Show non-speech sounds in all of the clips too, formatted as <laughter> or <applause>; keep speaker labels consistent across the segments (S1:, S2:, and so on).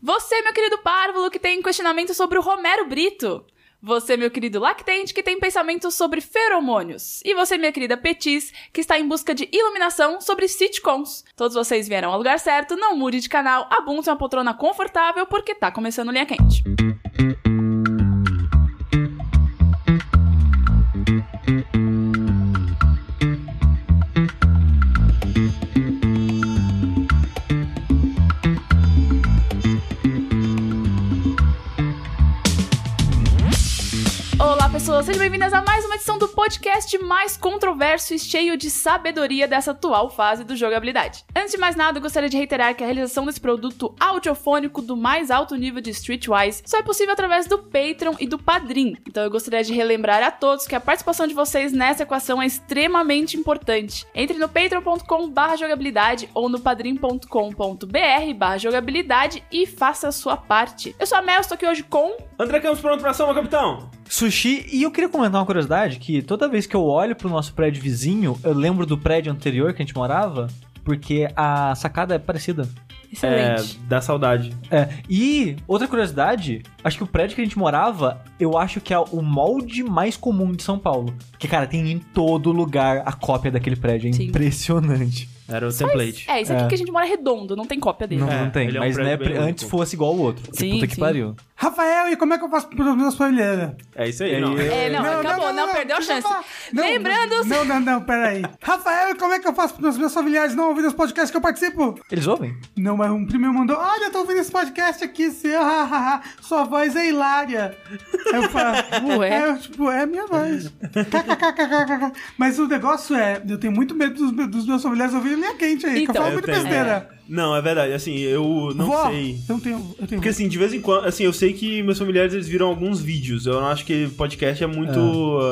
S1: Você, meu querido párvulo, que tem questionamento sobre o Romero Brito. Você, meu querido lactente, que tem pensamentos sobre feromônios. E você, minha querida Petis, que está em busca de iluminação sobre sitcoms. Todos vocês vieram ao lugar certo, não mude de canal, abunde uma poltrona confortável, porque tá começando Linha Quente. Olá, pessoas, sejam bem-vindas a mais uma edição do podcast mais controverso e cheio de sabedoria dessa atual fase do jogabilidade. Antes de mais nada, eu gostaria de reiterar que a realização desse produto audiofônico do mais alto nível de Streetwise só é possível através do Patreon e do Padrim. Então eu gostaria de relembrar a todos que a participação de vocês nessa equação é extremamente importante. Entre no patreon.com/barra jogabilidade ou no padrim.com.br/barra jogabilidade e faça a sua parte. Eu sou a Mel, estou aqui hoje com
S2: André Campos pronto pra ação, meu capitão?
S3: Sushi, e eu queria comentar uma curiosidade, que toda vez que eu olho pro nosso prédio vizinho, eu lembro do prédio anterior que a gente morava, porque a sacada é parecida.
S1: Excelente.
S2: É, dá saudade.
S3: É, e outra curiosidade, acho que o prédio que a gente morava, eu acho que é o molde mais comum de São Paulo. Porque, cara, tem em todo lugar a cópia daquele prédio, é
S1: Sim.
S3: impressionante.
S2: Era o template.
S1: É, isso aqui
S3: É.
S1: que a gente mora é redondo, não tem cópia dele.
S3: Não,
S2: É,
S3: não tem,
S2: ele é um
S3: mas né,
S2: prédio bem
S3: antes
S2: único.
S3: fosse igual ao outro. Porque
S1: Sim,
S3: puta que
S1: sim.
S3: pariu.
S4: Rafael, e como é que eu faço pro produto da sua olheira?
S2: É isso aí, não.
S1: É, não, acabou, não, perdeu a
S4: deixa eu
S1: chance.
S4: falar. Não,
S1: Lembrando-
S4: Não, não, não, peraí. Rafael, e como é que eu faço pros meus familiares não ouvirem os podcasts que eu participo?
S3: Eles ouvem?
S4: Não, mas um primo meu mandou: Olha, eu tô ouvindo esse podcast aqui, seu, ha, ha, ha, sua voz é hilária. Aí eu falo:
S1: <laughs> Ué?
S4: É, eu, tipo, é a minha voz. KKKKKK. mas o negócio é: eu tenho muito medo dos, meus- dos meus familiares ouvirem linha quente aí,
S1: Então,
S4: que eu falo
S1: eu É,
S4: muito
S2: tenho.
S4: besteira.
S2: Não, é verdade. Assim, eu não
S4: Vó,
S2: sei.
S4: Eu tenho, eu tenho.
S2: Porque assim, de vez em quando, assim, eu sei que meus familiares eles viram alguns vídeos. Eu não acho que podcast é muito,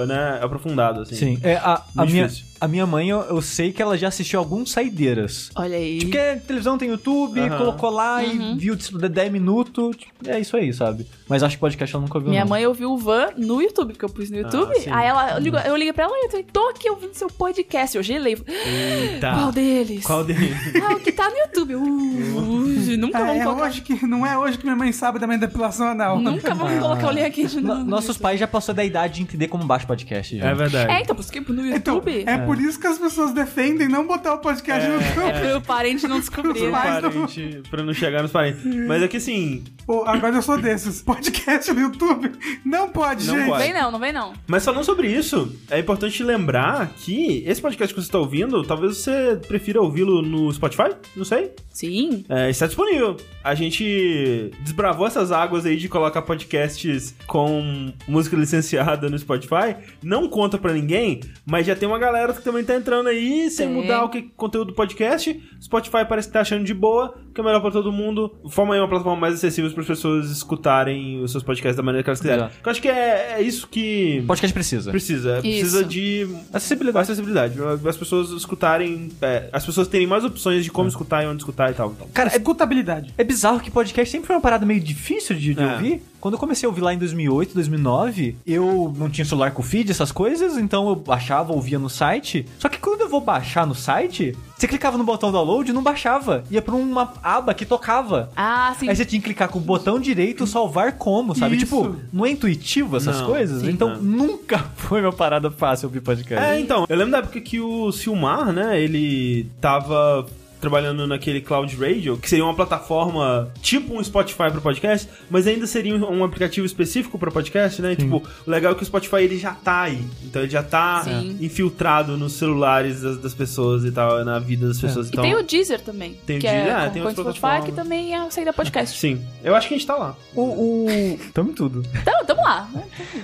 S2: né, aprofundado, assim.
S3: Sim. É, a, a
S2: Muito
S3: minha,
S2: difícil.
S3: a minha mãe, eu, eu sei que ela já assistiu alguns saideiras.
S1: Olha aí.
S3: Tipo, porque televisão tem YouTube,
S2: Aham.
S3: colocou lá
S1: Uhum.
S3: e viu tipo, de 10 minutos. tipo, é isso aí, sabe? Mas acho que podcast ela nunca viu.
S1: Minha
S3: não.
S1: mãe ouviu o Van no YouTube, que eu pus no YouTube.
S2: Ah, sim.
S1: aí ela, eu, ligo, eu liguei pra ela e eu falei, tô aqui ouvindo seu podcast. Eu gelei.
S2: Eita.
S1: Qual deles?
S2: Ah. Qual deles?
S1: Ah, o que tá no
S2: <laughs>
S1: YouTube. Uh, nunca
S4: Ah,
S1: vamos
S4: é
S1: colocar.
S4: hoje que, não é hoje que minha mãe sabe da minha depilação
S1: <laughs>
S4: anal.
S1: Nunca vamos
S2: Ah.
S1: colocar o link aqui de
S3: No-
S1: novo.
S3: nossos pais já passou da idade de entender como baixo podcast. Já.
S2: É verdade.
S1: É, então, por isso que no
S4: Então,
S1: YouTube.
S4: é por isso que as pessoas defendem não botar o podcast no
S1: é,
S4: YouTube.
S1: pro parente não descobrir.
S4: Os pais-
S2: Pra
S4: mas não-
S2: um parente- pra não chegar nos parentes. Mas é que assim,
S4: Pô, agora eu sou desses. Podcast no YouTube não pode,
S2: Não
S4: gente.
S2: pode.
S1: Vem não, não vem não.
S2: Mas falando sobre isso, é importante lembrar que esse podcast que você está ouvindo, talvez você prefira ouvi-lo no Spotify, não sei.
S1: Sim.
S2: É, está disponível. A gente desbravou essas águas aí de colocar podcasts com música licenciada no Spotify. Não conta pra ninguém, mas já tem uma galera que também tá entrando aí, sem
S1: Tem.
S2: mudar o que conteúdo do podcast. Spotify parece que tá achando de boa, que é melhor pra todo mundo. Forma aí uma plataforma mais acessível para as pessoas escutarem os seus podcasts da maneira que elas quiserem.
S3: Exato.
S2: Eu acho que é, é isso que
S3: Podcast precisa.
S2: Precisa. É, Precisa de acessibilidade. acessibilidade. As pessoas escutarem. é, as pessoas terem mais opções de como escutar e onde escutar e tal. tal.
S3: Cara, é,
S4: Escutabilidade.
S3: é bizarro que podcast sempre foi uma parada meio difícil de, de
S2: É.
S3: ouvir. Quando eu comecei a ouvir lá em 2008, 2009, eu não tinha celular com feed, essas coisas, então eu baixava, ouvia no site. Só que quando eu vou baixar no site, você clicava no botão download e não baixava. Ia pra uma aba que tocava.
S1: Ah, sim.
S3: Aí você tinha que clicar com o botão direito salvar como, sabe?
S4: Isso.
S3: Tipo, não é intuitivo essas
S2: Não,
S3: coisas?
S2: sim,
S3: então
S2: não.
S3: nunca <laughs> foi uma parada fácil ouvir podcast.
S2: É, então, eu lembro da época que o Silmar, né, ele tava trabalhando naquele Cloud Radio, que seria uma plataforma tipo um Spotify para podcast, mas ainda seria um um aplicativo específico para podcast, né? E, Tipo, o legal é que o Spotify ele já tá aí, então ele já tá
S1: Sim.
S2: infiltrado nos celulares das, das pessoas e tal, na vida
S3: É.
S2: das pessoas.
S1: E
S2: Então,
S1: tem o Deezer também.
S2: Tem o
S1: que
S2: Deezer,
S1: é
S2: ah,
S1: com-
S2: tem
S1: com o
S2: outras
S1: Spotify, que
S2: plataformas.
S1: também é saída podcast.
S2: sim, eu acho que a gente tá lá.
S3: O. o... Tamo em tudo.
S1: Então, tamo lá. né?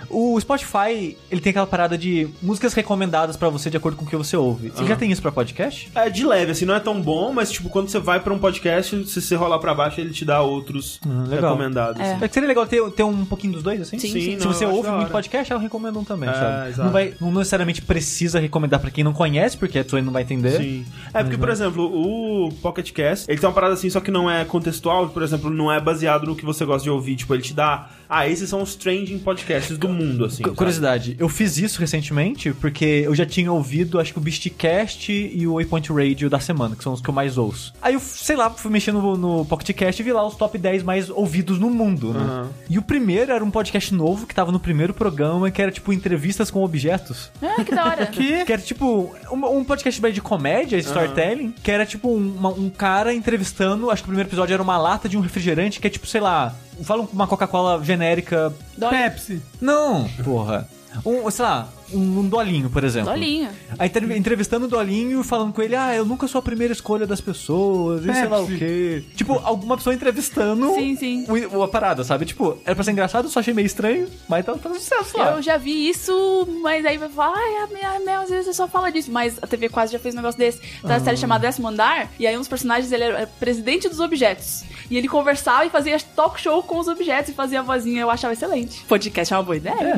S3: O Spotify, ele tem aquela parada de músicas recomendadas pra você de acordo com o que você ouve. Você
S2: Aham.
S3: já tem isso pra podcast?
S2: É de leve, assim, não é tão bom, mas tipo, quando você vai pra um podcast, se você rolar pra baixo, ele te dá outros
S3: Hum, legal.
S2: recomendados.
S1: É.
S2: assim.
S3: É que seria legal ter, ter um pouquinho dos dois, assim?
S1: Sim,
S2: sim.
S3: Se
S2: não,
S3: você
S2: eu acho
S3: ouve
S2: da
S3: muito
S2: hora.
S3: podcast, eu recomendo um também,
S2: É,
S3: sabe?
S2: exato.
S3: Não, vai, não necessariamente precisa recomendar pra quem não conhece, porque a pessoa não vai entender.
S2: Sim. É porque, por exemplo, o Pocket Cast, ele tem uma parada assim, só que não é contextual, por exemplo, não é baseado no que você gosta de ouvir. Tipo, ele te dá. Ah, esses são os trending podcasts do mundo, assim.
S3: Cu-
S2: sabe?
S3: Curiosidade, eu fiz isso recentemente porque eu já tinha ouvido, acho que o Beastcast e o Waypoint Radio da semana, que são os que eu mais ouço. Aí eu, sei lá, fui mexendo no, no Pocket Cast e vi lá os top 10 mais ouvidos no mundo, né?
S2: Aham.
S3: E o primeiro era um podcast novo que tava no primeiro programa, que era tipo entrevistas com objetos.
S1: Ah, que da hora.
S3: Que era tipo um, um podcast de comédia, storytelling, que era tipo um, uma- um cara entrevistando, acho que o primeiro episódio era uma lata de um refrigerante, que é tipo, sei lá, fala uma Coca-Cola genérica.
S1: Dói-
S4: Pepsi.
S3: Não, porra. Um, sei lá, um, um dolinho, por exemplo.
S1: Dolinho.
S3: Aí tá entrevistando o Dolinho e falando com ele, ah, eu nunca sou a primeira escolha das pessoas, e sei lá o
S4: Pepsi.
S3: quê. Tipo, alguma pessoa entrevistando
S1: Sim, sim.
S3: o- o- a parada, sabe? Tipo, era pra ser engraçado, só achei meio estranho, mas tá, tá sucesso lá.
S1: Eu já vi isso, mas aí vai falar, ai, a minha, a minha, às vezes só fala disso. Mas a TV quase já fez um negócio desse. Tá na série chamada Décimo Andar, e aí um dos personagens, ele era presidente dos objetos. E ele conversava e fazia talk show com os objetos e fazia a vozinha, eu achava excelente. Podcast é uma boa ideia.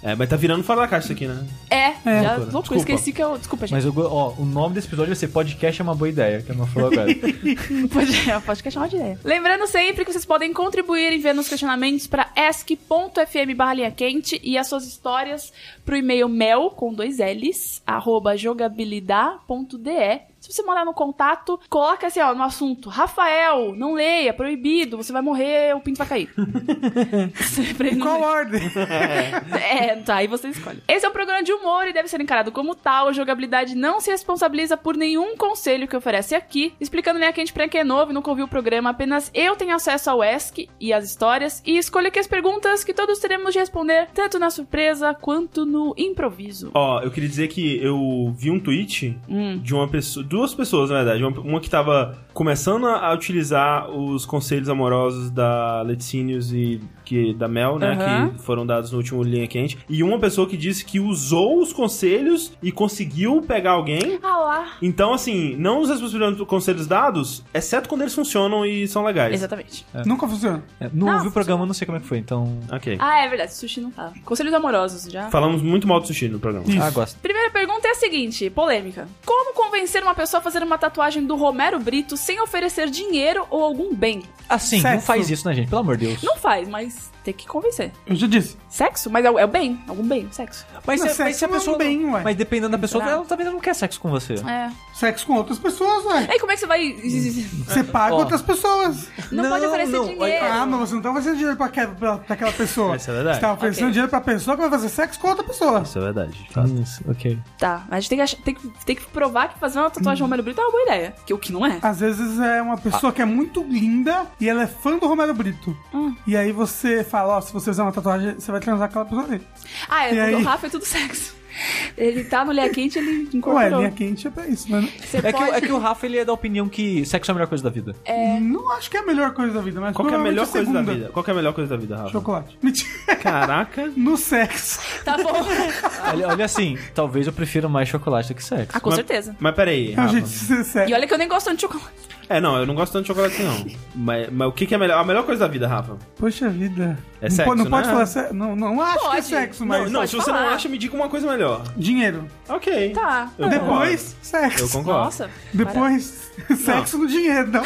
S2: É, mas tá virando fora da caixa isso aqui, né?
S1: É, já
S2: Loucura.
S1: louco, eu esqueci que eu. Desculpa, gente.
S3: Mas eu, go- ó, o nome desse episódio vai ser Podcast é uma boa ideia, que eu não falou agora.
S1: <laughs>
S3: É,
S1: Pode, pode questionar de ideia. Lembrando sempre que vocês podem contribuir enviando os questionamentos para ask.fm barra linha quente e as suas histórias pro e-mail mel, com dois L's, arroba jogabilidade.de. Se você mandar no contato, coloca assim, ó, no assunto, Rafael, não leia, proibido, você vai morrer, o pinto vai cair. Pra ele não
S4: Qual
S1: ler.
S4: ordem?
S1: <laughs> É, tá, aí você escolhe. Esse é um programa de humor e deve ser encarado como tal. A jogabilidade não se responsabiliza por nenhum conselho que oferece aqui. Explicando minha quente pra quem é novo e nunca ouviu o programa, apenas eu tenho acesso ao ESC e às histórias e escolho aqui as perguntas que todos teremos de responder, tanto na surpresa quanto no improviso.
S2: Ó, eu queria dizer que eu vi um tweet
S1: Hum.
S2: de uma pessoa, duas pessoas na verdade, uma, uma que tava começando a a utilizar os conselhos amorosos da Leticinius e que da Mel, né,
S1: Aham.
S2: que foram dados no último linha quente, e uma pessoa que disse que usou os conselhos e conseguiu pegar alguém.
S1: Ah lá.
S2: Então, assim, não os responsabilizando conselhos dados, exceto quando eles funcionam e são legais.
S1: Exatamente.
S4: <laughs> Nunca funciona.
S3: É, não
S1: Não,
S3: ouvi o programa, não sei como é que foi, então.
S2: Ok.
S1: Ah, é verdade, sushi não fala. Conselhos amorosos já.
S2: Falamos muito mal do sushi no programa.
S3: Ah, gosto.
S1: Primeira pergunta é a seguinte, polêmica. Como convencer uma pessoa a fazer uma tatuagem do Romero Brito sem oferecer dinheiro ou algum bem?
S3: Assim, não
S4: Sexo.
S3: faz isso, né, gente? Pelo amor de Deus.
S1: Não faz, mas tem que convencer.
S4: Eu já disse.
S1: Sexo? Mas é, o- é o bem? Algum bem? Sexo.
S3: Mas,
S4: Não,
S3: se-
S4: sexo
S3: se a
S4: não é
S3: pessoa.
S4: um bem, ué.
S3: mas dependendo da pessoa,
S1: Será?
S3: ela talvez ela não quer sexo com você.
S1: É.
S4: Sexo com outras pessoas, ué.
S1: Aí como é que você vai.
S4: Você paga
S3: Ó.
S4: outras pessoas.
S1: <laughs> Não, pode oferecer
S3: não,
S1: dinheiro.
S4: Ah, mas você não tá oferecendo dinheiro pra, aquela- pra- pra aquela pessoa.
S2: Essa é verdade.
S4: Você tá oferecendo
S1: Ok.
S4: dinheiro pra pessoa que vai fazer sexo com outra pessoa.
S2: Isso é verdade, de fato.
S3: Isso, ok.
S1: Tá, mas a gente tem que, achar- tem, que, tem que provar que fazer uma tatuagem do Romero Brito é uma boa ideia. Que o que não é.
S4: Às vezes é uma pessoa que é muito linda e ela é fã do Romero Brito. E aí você fala, ó, se você fizer uma tatuagem, você vai transar com aquela pessoa ali.
S1: Ah,
S4: E
S1: é, porque
S4: aí?
S1: o Rafa é tudo sexo. Ele tá no Linha Quente, ele
S4: Ué,
S1: incorporou.
S4: linha quente é pra isso, né?
S1: Você
S3: É que,
S1: pode...
S3: é que o Rafa ele é da opinião que sexo é a melhor coisa da vida.
S4: Não acho que é a melhor coisa da vida, mas
S2: Qual que é a
S4: provavelmente
S2: melhor coisa da
S4: segunda.
S2: vida? Qual que é a melhor coisa da vida, Rafa?
S4: Chocolate. Mentira.
S2: Caraca.
S4: No sexo.
S1: Tá bom.
S3: Olha, olha assim, talvez eu prefira mais chocolate do que sexo.
S1: Ah, <laughs> com
S2: Mas-
S1: certeza.
S2: Mas peraí,
S4: Não,
S2: Rafa.
S4: gente, isso é
S1: E
S4: sério.
S1: olha que eu nem gosto tanto de chocolate.
S2: É, não, eu não gosto tanto de chocolate, não. mas, mas o que, que é melhor? A melhor coisa da vida, Rafa?
S4: Poxa vida.
S2: É
S4: não
S2: sexo,
S4: pode, não
S2: né?
S4: pode falar sexo. Não, não acho que é
S1: Pode.
S4: sexo, mas.
S2: não,
S1: pode
S2: se você
S1: falar.
S2: não acha, me diga uma coisa melhor.
S4: Dinheiro.
S2: Ok.
S1: Tá.
S2: Eu
S4: Depois, sexo.
S2: Eu concordo.
S1: Nossa.
S4: Depois, sexo no dinheiro. Não.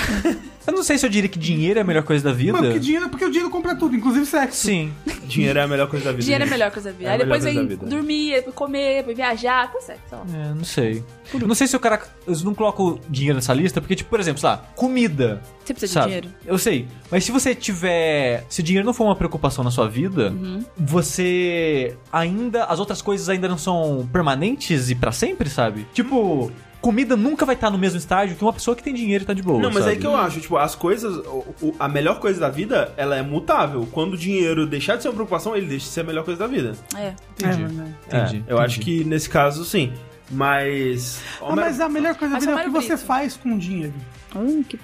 S3: Eu não sei se eu diria que dinheiro é a melhor coisa da vida.
S4: Mano, que dinheiro, porque o dinheiro compra tudo, inclusive sexo.
S3: Sim.
S2: Dinheiro é a melhor coisa da vida.
S1: Dinheiro é
S2: gente.
S1: melhor coisa da vida.
S2: É a
S1: Aí depois
S2: melhor
S1: vem
S2: coisa da vida.
S1: dormir, depois comer, depois viajar, tá certo. sei lá.
S3: É, não sei. Não sei se o cara. Eu não coloco dinheiro nessa lista, porque, tipo, por exemplo, sei lá, comida.
S1: Você precisa de
S3: sabe?
S1: dinheiro.
S3: Eu sei. Mas se você tiver. Se dinheiro não for uma preocupação na sua vida,
S1: Uhum.
S3: você ainda. As outras coisas ainda não são permanentes e pra sempre, sabe? Tipo. Comida nunca vai estar no mesmo estágio que uma pessoa que tem dinheiro e tá de boa.
S2: Não, mas
S3: sabe?
S2: é que eu acho, tipo, as coisas. o- o- a melhor coisa da vida, ela é mutável. Quando o dinheiro deixar de ser uma preocupação, ele deixa de ser a melhor coisa da vida.
S1: É.
S3: Entendi.
S4: É, mano.
S2: É,
S3: Entendi,
S2: eu
S3: entendi.
S2: acho que nesse caso, sim. Mas.
S4: Ah, mas a melhor coisa da
S1: Mas
S4: vida é o
S1: Romero
S4: que você
S1: Brito.
S4: faz com o dinheiro.
S1: Hum, que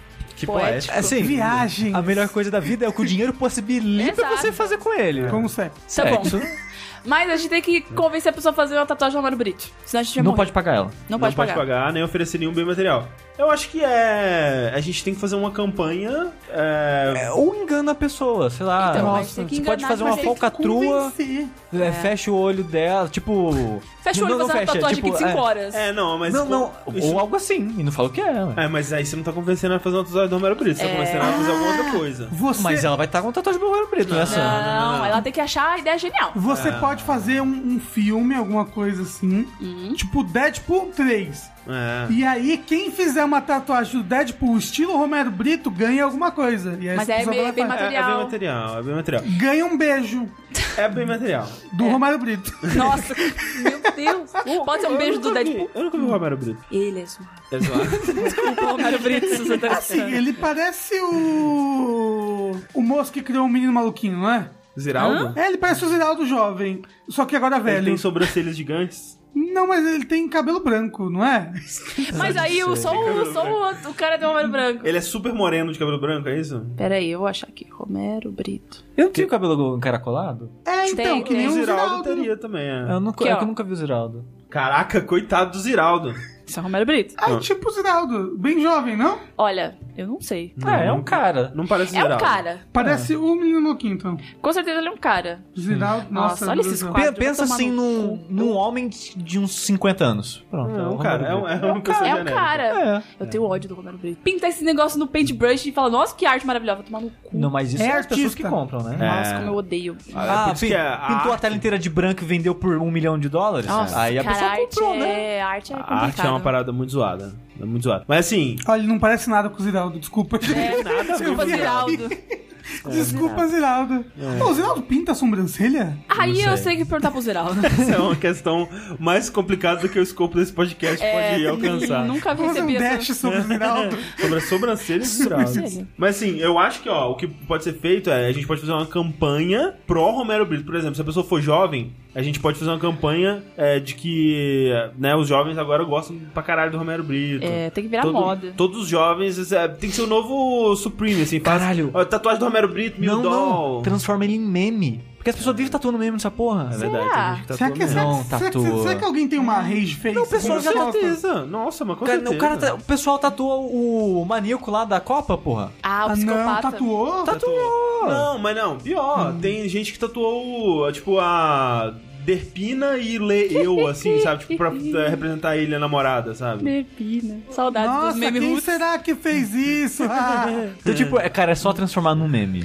S1: poético.
S2: Que poético.
S3: Assim,
S4: Viagem.
S3: A melhor coisa da vida é o que o dinheiro possibilita
S1: Exato.
S3: você fazer com ele.
S4: Como sexo.
S1: Tá bom.
S3: Sexo,
S1: Mas a gente tem que convencer a pessoa a fazer uma tatuagem do Romero Brito. Senão a gente vai
S3: Não
S1: morrer.
S3: pode pagar ela.
S1: Não pode pagar.
S2: nem oferecer nenhum bem material. Eu acho que é. A gente tem que fazer uma campanha. É,
S3: É, Ou engana a pessoa, sei lá.
S1: Então,
S4: nossa,
S1: mas tem que
S3: você
S1: enganar,
S3: pode fazer uma
S1: mas tem que-
S3: falcatrua,
S4: Convencer.
S3: é, fecha o olho dela, tipo.
S1: Fecha o olho e
S3: Não, não
S1: fazer uma
S3: fecha,
S1: tatuagem aqui de 5
S3: é,
S1: horas.
S2: É, não, mas.
S3: Não, não,
S2: isso-
S3: ou algo assim, e não fala o que é. ué.
S2: É, mas aí você não tá convencendo a fazer uma tatuagem do Romero Brito, você tá
S1: É.
S2: convencendo ela a fazer alguma outra
S1: <laughs>
S2: coisa.
S4: Você,
S3: Mas ela vai estar com um tatuagem do olho preto, né?
S1: Não,
S3: Sam?
S1: ela tem que achar a ideia genial.
S2: É.
S1: Uhum.
S4: você pode fazer um, um filme, alguma coisa assim. Tipo Deadpool 3.
S2: É.
S4: E aí, quem fizer uma tatuagem do Deadpool estilo Romero Brito ganha alguma coisa. E aí
S1: Mas
S4: essa
S1: é
S4: pessoa
S1: bem-
S4: vai lá e
S1: bem
S4: faz.
S2: É, é bem material, é bem material.
S4: Ganha um beijo
S2: É bem material.
S1: Um
S4: do
S1: É.
S4: Romero Brito.
S1: <laughs> Nossa, meu Deus. Pode ser um beijo do
S2: Eu nunca vi-
S1: Deadpool.
S2: Eu nunca vi o Romero
S3: <laughs>
S2: Brito.
S1: Ele é zoado.
S2: É zoado.
S1: Desculpa, Romero Brito, se você tá
S4: Assim,
S1: assistindo.
S4: ele parece o. O moço que criou o menino maluquinho, não é?
S2: Ziraldo?
S4: É, ele parece o Ziraldo jovem, só que agora
S2: Ele
S4: velho.
S2: tem sobrancelhas gigantes.
S4: Não, mas ele tem cabelo branco, não é?
S3: tá
S1: Mas aí o, só, o, só o, o cara do Romero Branco.
S2: Ele é super moreno de cabelo branco, é isso?
S1: Pera aí, eu vou achar aqui. Romero Brito.
S3: Eu não tinha o cabelo encaracolado?
S4: É,
S1: Tem,
S4: então, que
S1: tem.
S4: nem
S2: O
S4: o
S2: Ziraldo
S4: Ziraldo.
S2: teria também, é.
S3: Eu, nunca,
S1: Aqui,
S3: é
S1: ó.
S3: que eu nunca vi o Ziraldo.
S2: Caraca, coitado do Ziraldo.
S1: Isso é Romero Brito.
S4: Ah,
S2: Não.
S4: tipo o Ziraldo, bem jovem, não?
S1: Olha, eu não sei.
S2: Não,
S3: Ah, é um
S2: não-
S3: cara.
S2: Não parece
S1: É um
S2: Ziraldo.
S1: cara.
S2: É.
S4: Parece o menino maluquinho, então.
S1: Com certeza ele é um cara.
S4: Ziraldo,
S1: Hum. Nossa,
S4: nossa.
S1: olha
S4: meu
S1: esses
S4: Deus.
S1: quadros.
S3: Pe-
S1: vai
S3: pensa
S1: tomar
S3: assim
S1: no
S3: num, num homem de uns 50 anos. Pronto.
S2: É
S3: o
S2: um
S3: Romero
S2: cara, é um,
S3: Brito.
S2: é um, pessoa
S1: É um
S2: genérica.
S1: cara.
S3: É.
S1: Eu tenho ódio do Romero Brito. Pintar esse negócio no paintbrush e falar, nossa, que arte maravilhosa. Vai tomar no cu.
S3: Não, mas isso
S4: É
S3: é, as pessoas
S4: artista.
S3: que compram, né?
S2: É.
S1: Nossa, como eu odeio.
S2: Ah, é por isso
S3: pin-
S2: que é a
S3: pintou a
S2: arte-
S3: tela inteira de branco e vendeu por um milhão de dólares?
S1: Nossa,
S3: Aí a
S1: cara,
S3: pessoa
S1: arte
S3: comprou, né?
S1: É, a arte é complicada.
S2: A arte é uma parada muito zoada. É muito zoada. Mas assim,
S4: Olha, ele não parece nada com o Ziraldo, <laughs> desculpa.
S1: É, desculpa,
S4: Eu vi
S1: Ziraldo.
S4: Desculpa, Ziraldo.
S1: É.
S4: Pô, o Ziraldo pinta a sobrancelha?
S1: Aí
S2: Não
S1: eu
S2: sei.
S1: sei que perguntar pro Ziraldo.
S2: essa é uma questão mais complicada do que o escopo desse podcast
S1: É,
S2: pode alcançar.
S1: Nunca
S4: Vamos fazer um
S1: recebi
S4: dash
S1: essa...
S4: sobre
S1: <laughs>
S4: o Ziraldo?
S2: <laughs> Sobre a sobrancelha e Ziraldo.
S1: Sobrancelha.
S2: Mas assim, eu acho que ó, o que pode ser feito é a gente pode fazer uma campanha pró Romero Brito. Por exemplo, se a pessoa for jovem, a gente pode fazer uma campanha é, de que né, os jovens agora gostam pra caralho do Romero Brito.
S1: É, tem que virar
S2: Todo-
S1: moda.
S2: Todos os jovens é, tem que ser o novo Supreme, assim. Faz,
S3: Caralho.
S2: ó, tatuagem do Romero Brito, mil
S3: Não,
S2: doll.
S3: não. Transforma ele em meme. Porque as pessoas vivem tatuando meme nessa porra.
S2: É verdade,
S1: Será?
S2: tem gente que tatua
S4: Será que,
S2: mesmo.
S4: será,
S3: Não,
S4: que- será que-
S3: tatua.
S4: será que alguém tem uma rage face?
S3: Não, o pessoal
S2: Com
S4: Como
S3: já
S1: tá
S4: foto?
S2: certeza. Nossa, mas com
S3: O cara-
S2: certeza.
S3: o, cara tá- o pessoal tatuou o maníaco lá da Copa, porra.
S1: Ah, o
S4: Ah, não,
S1: psicopata. Tá
S4: tatuou? Hum.
S3: Tatuou!
S2: Não, mas não. Pior, tem gente que tatuou, tipo, a Derpina e
S1: <laughs>
S2: lê eu, assim, sabe? Tipo, pra eh, representar ele, a namorada, sabe?
S1: Pepina. né? Saudades dos
S4: Nossa,
S1: memes
S4: quem
S1: roots.
S4: será que fez isso? Ah.
S3: Então, tipo, é, cara, é só transformar num meme.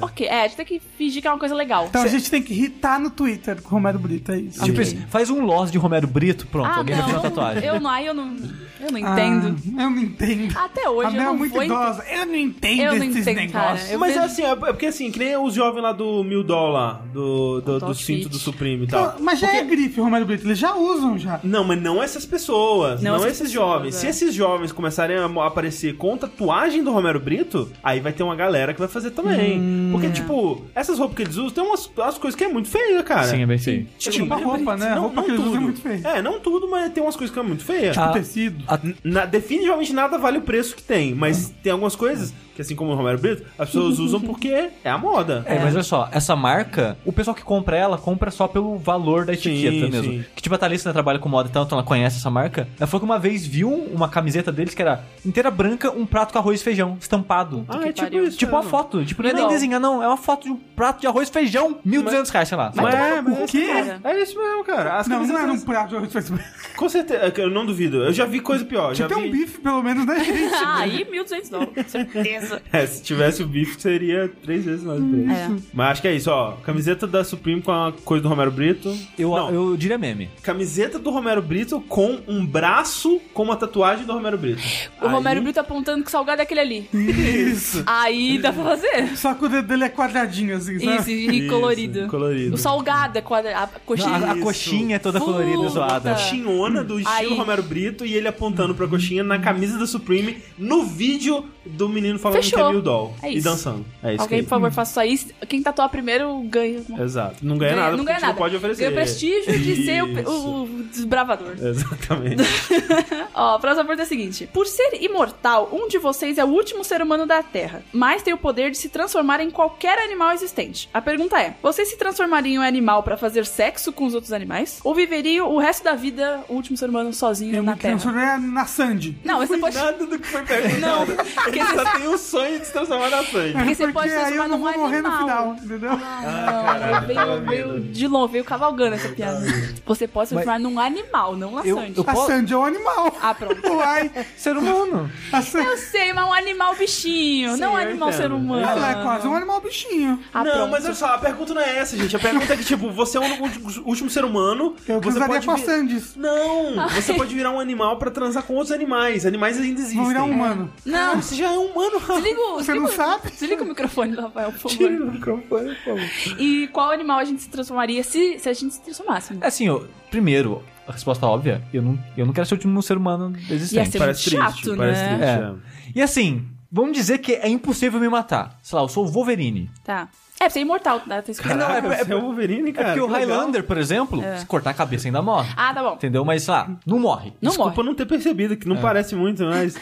S1: Ok, é, a gente tem que fingir que é uma coisa legal.
S4: Então a gente tem que irritar no Twitter com o Romero Brito, é isso.
S3: Tipo, isso, faz um loss de Romero Brito, pronto,
S1: ah,
S3: alguém vai fazer uma
S1: não,
S3: tatuagem.
S1: eu não, aí eu não, eu não
S4: Ah,
S1: entendo.
S4: eu não entendo.
S1: Até
S4: a
S1: hoje eu
S4: Mel é
S1: não
S4: muito
S1: vou entender.
S4: idosa. Eu não entendo
S1: Eu não
S4: esses
S1: entendo,
S4: negócios.
S1: cara. Eu
S2: mas é
S1: vejo-
S2: assim, é porque assim, que nem os jovens lá do Mil Dólar, do, do,
S1: Do
S2: do cinto
S1: outfit.
S2: do Supreme e
S4: Então,
S2: tal.
S4: mas já é grife, Romero Brito. Eles já usam já.
S2: Não, mas não essas pessoas,
S1: Não
S2: não,
S1: essas
S2: esses
S1: pessoas,
S2: jovens.
S1: é.
S2: Se esses jovens começarem a mo- aparecer com tatuagem do Romero Brito, aí vai ter uma galera que vai fazer também.
S4: Hum,
S2: Porque,
S4: é.
S2: tipo, essas roupas que eles usam, tem umas, umas coisas que é muito feia, cara.
S3: Sim, é bem feio.
S4: Tipo, a roupa, né? A
S2: Não,
S4: roupa
S2: não
S4: que eles
S2: tudo.
S4: usam é muito feia.
S2: É, não tudo, mas tem umas coisas que é muito feia.
S1: Tá.
S3: Ah.
S4: O tecido.
S2: N- na- definitivamente nada vale o preço que tem, mas tem algumas coisas que, assim como o Romero Brito, as pessoas usam porque é a moda.
S3: É, mas olha só, essa marca, o pessoal que compra ela, compra só pelo valor da
S2: Sim,
S3: etiqueta mesmo.
S2: sim.
S3: Que tipo, a Thalissa né, trabalha com moda e tanto, ela conhece essa marca. Ela falou que uma vez viu uma camiseta deles que era inteira branca, um prato com arroz e feijão, estampado.
S1: que pariu.
S2: tipo isso.
S3: Tipo uma
S2: é.
S3: foto, tipo, não é nem
S1: Não.
S3: desenhar, não, é uma foto de um prato de arroz e feijão, 1.200 reais, sei lá.
S2: Mas,
S3: Sabe?
S2: é,
S4: tomar no
S2: mas
S4: cu,
S2: é isso-
S1: cara.
S2: É isso mesmo, cara. As
S4: Não, não
S2: camisetas-
S4: era um prato. Eu
S2: Com certeza, eu não duvido. Eu já vi coisa pior. Já
S4: Tinha até um
S2: vi-
S4: bife, pelo menos, né, gente?
S1: <laughs> <laughs> Ah, aí 1.200 dólares, certeza.
S2: É, se tivesse o bife, seria três vezes mais preço.
S1: É.
S2: Mas acho que é isso, ó. Camiseta da Supreme com a coisa do Romero Brito.
S3: Eu,
S2: não,
S3: eu diria meme.
S2: camiseta do Romero Brito com um braço com uma tatuagem do Romero Brito.
S1: O
S2: Aí-
S1: Romero Brito apontando que salgado é aquele ali.
S4: Isso.
S1: Aí dá pra
S2: <laughs>
S1: fazer.
S4: Só que o dedo dele é quadradinho, assim, sabe?
S1: Isso, e
S2: Isso,
S1: é colorido.
S2: colorido.
S1: O salgado é quadra... a coxinha.
S3: Não, a, a
S2: Isso.
S3: coxinha é toda
S1: Puta.
S3: colorida, zoada.
S2: coxinhona do estilo
S1: Aí-
S2: Romero Brito e ele apontando pra coxinha na camisa da Supreme no vídeo do menino falando
S1: Fechou.
S2: que é mil doll.
S1: É
S2: e
S1: isso.
S2: dançando. É isso
S1: Alguém,
S2: que
S1: por favor, faça isso aí. Quem tatuar primeiro ganha.
S2: é. Exato. Não ganha, nada,
S1: não
S2: porque
S1: ganha
S2: a gente
S1: nada.
S2: não pode oferecer.
S1: Ganha o prestígio de ser o,
S2: Isso.
S1: o- o desbravador. né?
S2: Exatamente.
S1: <laughs> Ó, a próxima pergunta é a seguinte: Por ser imortal, um de vocês é o último ser humano da Terra, mas tem o poder de se transformar em qualquer animal existente. A pergunta é: vocês se transformariam em animal pra fazer sexo com os outros animais? Ou viveriam o resto da vida o último ser
S2: É
S1: humano sozinho
S4: Eu
S1: na
S4: me
S1: Terra?
S4: transformei na Sandy.
S1: Não, você pode.
S2: Nada do que foi
S1: <laughs>
S2: perguntado.
S1: Não, é
S2: Ele só tem um sonho de se transformar na Sandy.
S1: Porque você
S4: Porque
S1: pode se
S4: aí eu
S1: transformar
S4: não
S1: num
S4: vou morrer no
S1: animal.
S4: final, entendeu?
S1: Ah, não, veio, veio de longe, veio cavalgando essa piada. Você pode se transformar num animal, não na
S3: Eu-
S1: Sandy.
S3: eu-
S4: A
S3: Pô-
S4: Sandy é um animal.
S1: Ah, pronto.
S4: <laughs> Uai,
S3: Ser humano.
S4: a Sandy
S1: Eu sei, mas um animal bichinho, não um
S2: eu
S1: animal
S2: entendo.
S1: ser humano.
S4: ela é quase um animal bichinho.
S1: Ah,
S2: não,
S1: pronto.
S2: mas olha só, a pergunta não é essa, gente. A pergunta é que, tipo, você é o último- último ser humano.
S4: É Eu
S2: você
S4: casaria
S2: pode
S4: com a
S2: vi-
S4: Sandy.
S2: <laughs>
S1: <laughs>
S2: Não, você pode virar um animal pra transar com outros animais. Animais ainda existem.
S4: Vou virar
S1: é.
S4: um humano.
S1: Não,
S2: Você já é um humano, Rafa.
S1: desliga o...
S4: Você
S1: desliga
S4: não
S1: o-
S4: sabe?
S1: Desliga o microfone, Rafael, por
S2: Tira
S1: favor.
S2: o microfone, por favor.
S1: E qual animal a gente se transformaria se, se a gente se transformasse? né?
S3: Assim, ó, primeiro, a resposta óbvia, eu não, eu não quero ser o último ser humano
S1: Ia
S3: existente.
S1: ser
S2: Parece
S1: muito
S2: triste,
S1: chato,
S2: parece
S1: né?
S2: triste.
S3: É. E assim, vamos dizer que é impossível me matar. Sei lá, eu sou o Wolverine.
S1: Tá. É, você é imortal, né? Tá escrito.
S2: Caraca,
S3: Não, é- é-
S2: você o Wolverine,
S3: É
S2: cara.
S3: porque o
S2: que legal.
S3: Highlander, por exemplo, se cortar a cabeça ainda morre.
S1: Ah, tá bom.
S3: Entendeu? Mas, sei lá, não morre.
S1: Não
S2: Desculpa
S1: morre.
S2: não É. ter percebido, que não parece muito, <laughs> mas.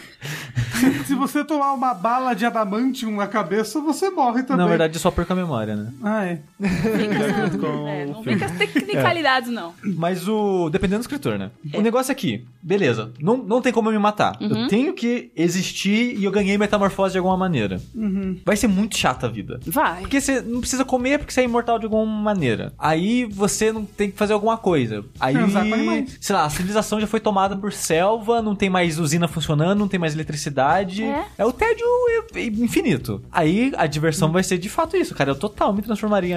S4: Se você tomar uma bala de adamantium na cabeça, você morre também.
S3: Na verdade, eu só perco a memória, né?
S4: Ah, é.
S2: com
S1: É, não
S2: o
S1: vem
S2: filme.
S1: com as tecnicalidades, não.
S3: Mas o. Dependendo do escritor, né? O negócio aqui, beleza, não, não tem como eu me matar. Eu tenho que existir e eu ganhei metamorfose de alguma maneira.
S2: Uhum.
S3: Vai ser muito chata a vida.
S1: Vai.
S3: Porque você não precisa comer porque você é imortal de alguma maneira. Aí você não tem que fazer alguma coisa. Aí,
S4: Transar com animais.
S3: sei lá, a civilização já foi tomada por selva, não tem mais usina funcionando, não tem mais eletricidade.
S1: É.
S3: o tédio i- i- infinito. Aí a diversão vai ser de fato isso, cara. Eu total me transformaria em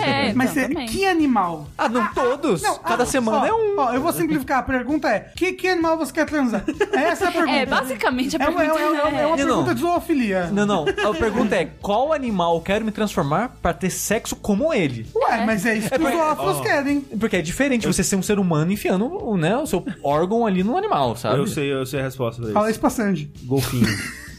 S1: <laughs> É.
S3: entendeu?
S4: Mas
S1: Então,
S4: você-
S1: também.
S4: que animal?
S3: Ah, não todos.
S4: Não,
S3: Cada
S4: ah,
S3: semana
S4: ó,
S3: é um.
S4: Ó, eu vou simplificar. A pergunta é: que, que animal você quer transar? Essa é a pergunta.
S1: <laughs> É, basicamente a
S4: É uma,
S1: pergunta
S4: é uma- é uma- é uma
S1: né?
S3: Não, não.
S4: pergunta de zoofilia.
S3: Não, não. A pergunta é: qual animal eu quero me transformar pra ter sexo como ele?
S4: Ué, mas é isso que os
S3: porque-
S4: zoófilos querem.
S3: Porque é diferente você ser um ser humano enfiando o- né, o seu órgão ali no animal, sabe?
S2: Eu sei, eu sei a resposta pra
S4: Fala
S2: isso.
S4: isso pra Sandy.
S2: Golfinho.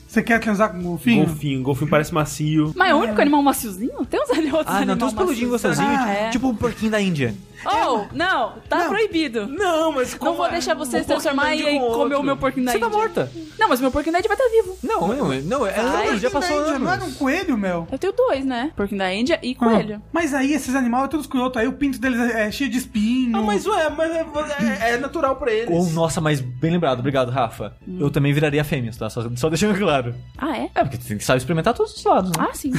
S4: Você quer transar com um golfinho?
S2: Golfinho. Golfinho parece macio.
S1: Mas é o único animal maciozinho? Tem uns <laughs> ali- outros
S3: Ah, não,
S1: animais
S3: tem uns peludinhos
S1: macios.
S3: gostosinhos,
S1: Ah, é.
S3: tipo um porquinho da Índia.
S1: Oh, não, tá proibido.
S2: Não, mas como
S1: Não vou
S2: é?
S1: deixar você
S2: Um
S1: se transformar e
S2: porquinho
S1: aí
S2: com
S1: comer o
S2: outro.
S1: meu porquinho da
S3: Você tá
S1: Índia.
S3: morta.
S1: Não, mas meu porquinho da Índia vai estar vivo.
S3: Não, não, não, é,
S1: Ai,
S3: já passou
S4: Não, Não era
S3: anos.
S4: um coelho, meu?
S1: Eu tenho dois, né? Porquinho da Índia e coelho.
S4: Ah, Mas aí esses animais todos escroto, aí o pinto deles é, é cheio de espinho.
S2: Ah, mas ué, mas é, é- é natural pra eles.
S3: Ou, nossa, mas bem lembrado, obrigado, Rafa.
S1: Hum.
S3: Eu também viraria fêmeas, tá? Só, só deixando claro.
S1: Ah, é?
S3: É, porque tu tem que saber experimentar todos os lados, né?
S1: Ah, sim.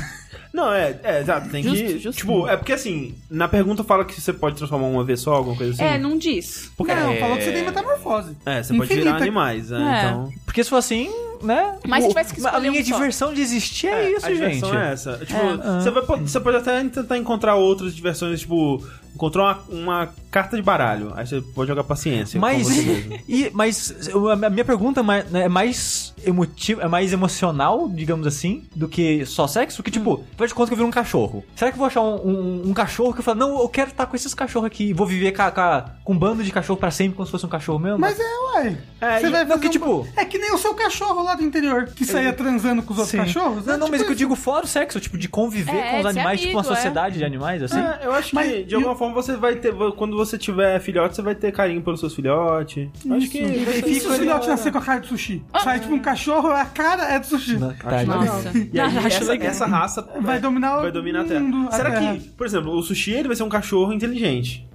S2: Não, é, é, exato, tem
S1: Justo,
S2: que.
S1: justo.
S2: Tipo, é porque assim, na pergunta fala que você pode transformar uma vez só, alguma coisa assim.
S1: É, não diz.
S4: Porque
S3: é-
S4: não, falou que você tem metamorfose.
S2: É, você pode virar animais, né?
S1: É.
S2: Então.
S3: Porque se for assim, né?
S1: Mas se
S3: o-
S1: tivesse que
S3: A
S1: escolher
S3: minha
S1: um só.
S3: diversão de existir é, isso,
S2: a diversão
S3: gente.
S2: é essa. Tipo, Você, vai, po- você pode até tentar encontrar outras diversões, tipo, encontrar uma, uma carta de baralho. Aí você pode jogar paciência.
S3: Mas,
S2: com
S4: <laughs>
S2: você mesmo.
S3: e, mas eu- a minha pergunta ma- né, é mais emotiva, é mais emocional, digamos assim, do que só sexo. Que tipo, faz de conta que eu viro um cachorro. Será que eu vou achar um, um- um cachorro que eu falo, não, eu quero estar com esses cachorros aqui e vou viver ca- ca- com um bando de cachorro pra sempre como se fosse um cachorro mesmo?
S4: Mas é, uai.
S2: É,
S4: Você
S2: e-
S4: vai
S3: não,
S4: fazer
S3: que
S4: um-
S3: tipo-
S4: É que nem o seu cachorro lá do interior, que saía transando com os outros
S3: Sim.
S4: cachorros.
S3: Não,
S4: é
S3: não, mas o
S4: tipo
S3: que eu digo fora o sexo, tipo, de conviver
S1: É,
S3: com os
S1: de ser
S3: animais, tipo uma
S1: amigo, é.
S3: sociedade de animais, assim.
S2: É, eu acho que
S4: Mas-
S2: de alguma forma você vai ter. Quando você tiver filhote, você vai ter carinho pelos seus filhotes. Eu Acho que.
S4: isso. <laughs> E se o filhote nascer assim, com a cara de sushi?
S1: Ah.
S4: Sai tipo um cachorro, a cara é de sushi.
S1: <laughs>
S3: Não, tá,
S1: Nossa.
S2: E aí,
S1: Não, acho
S2: essa, é
S1: legal.
S2: essa raça
S4: Vai dominar o
S2: vai dominar a terra.
S4: mundo, a
S2: Será
S4: terra.
S2: que, por exemplo, o sushi ele vai ser um cachorro inteligente?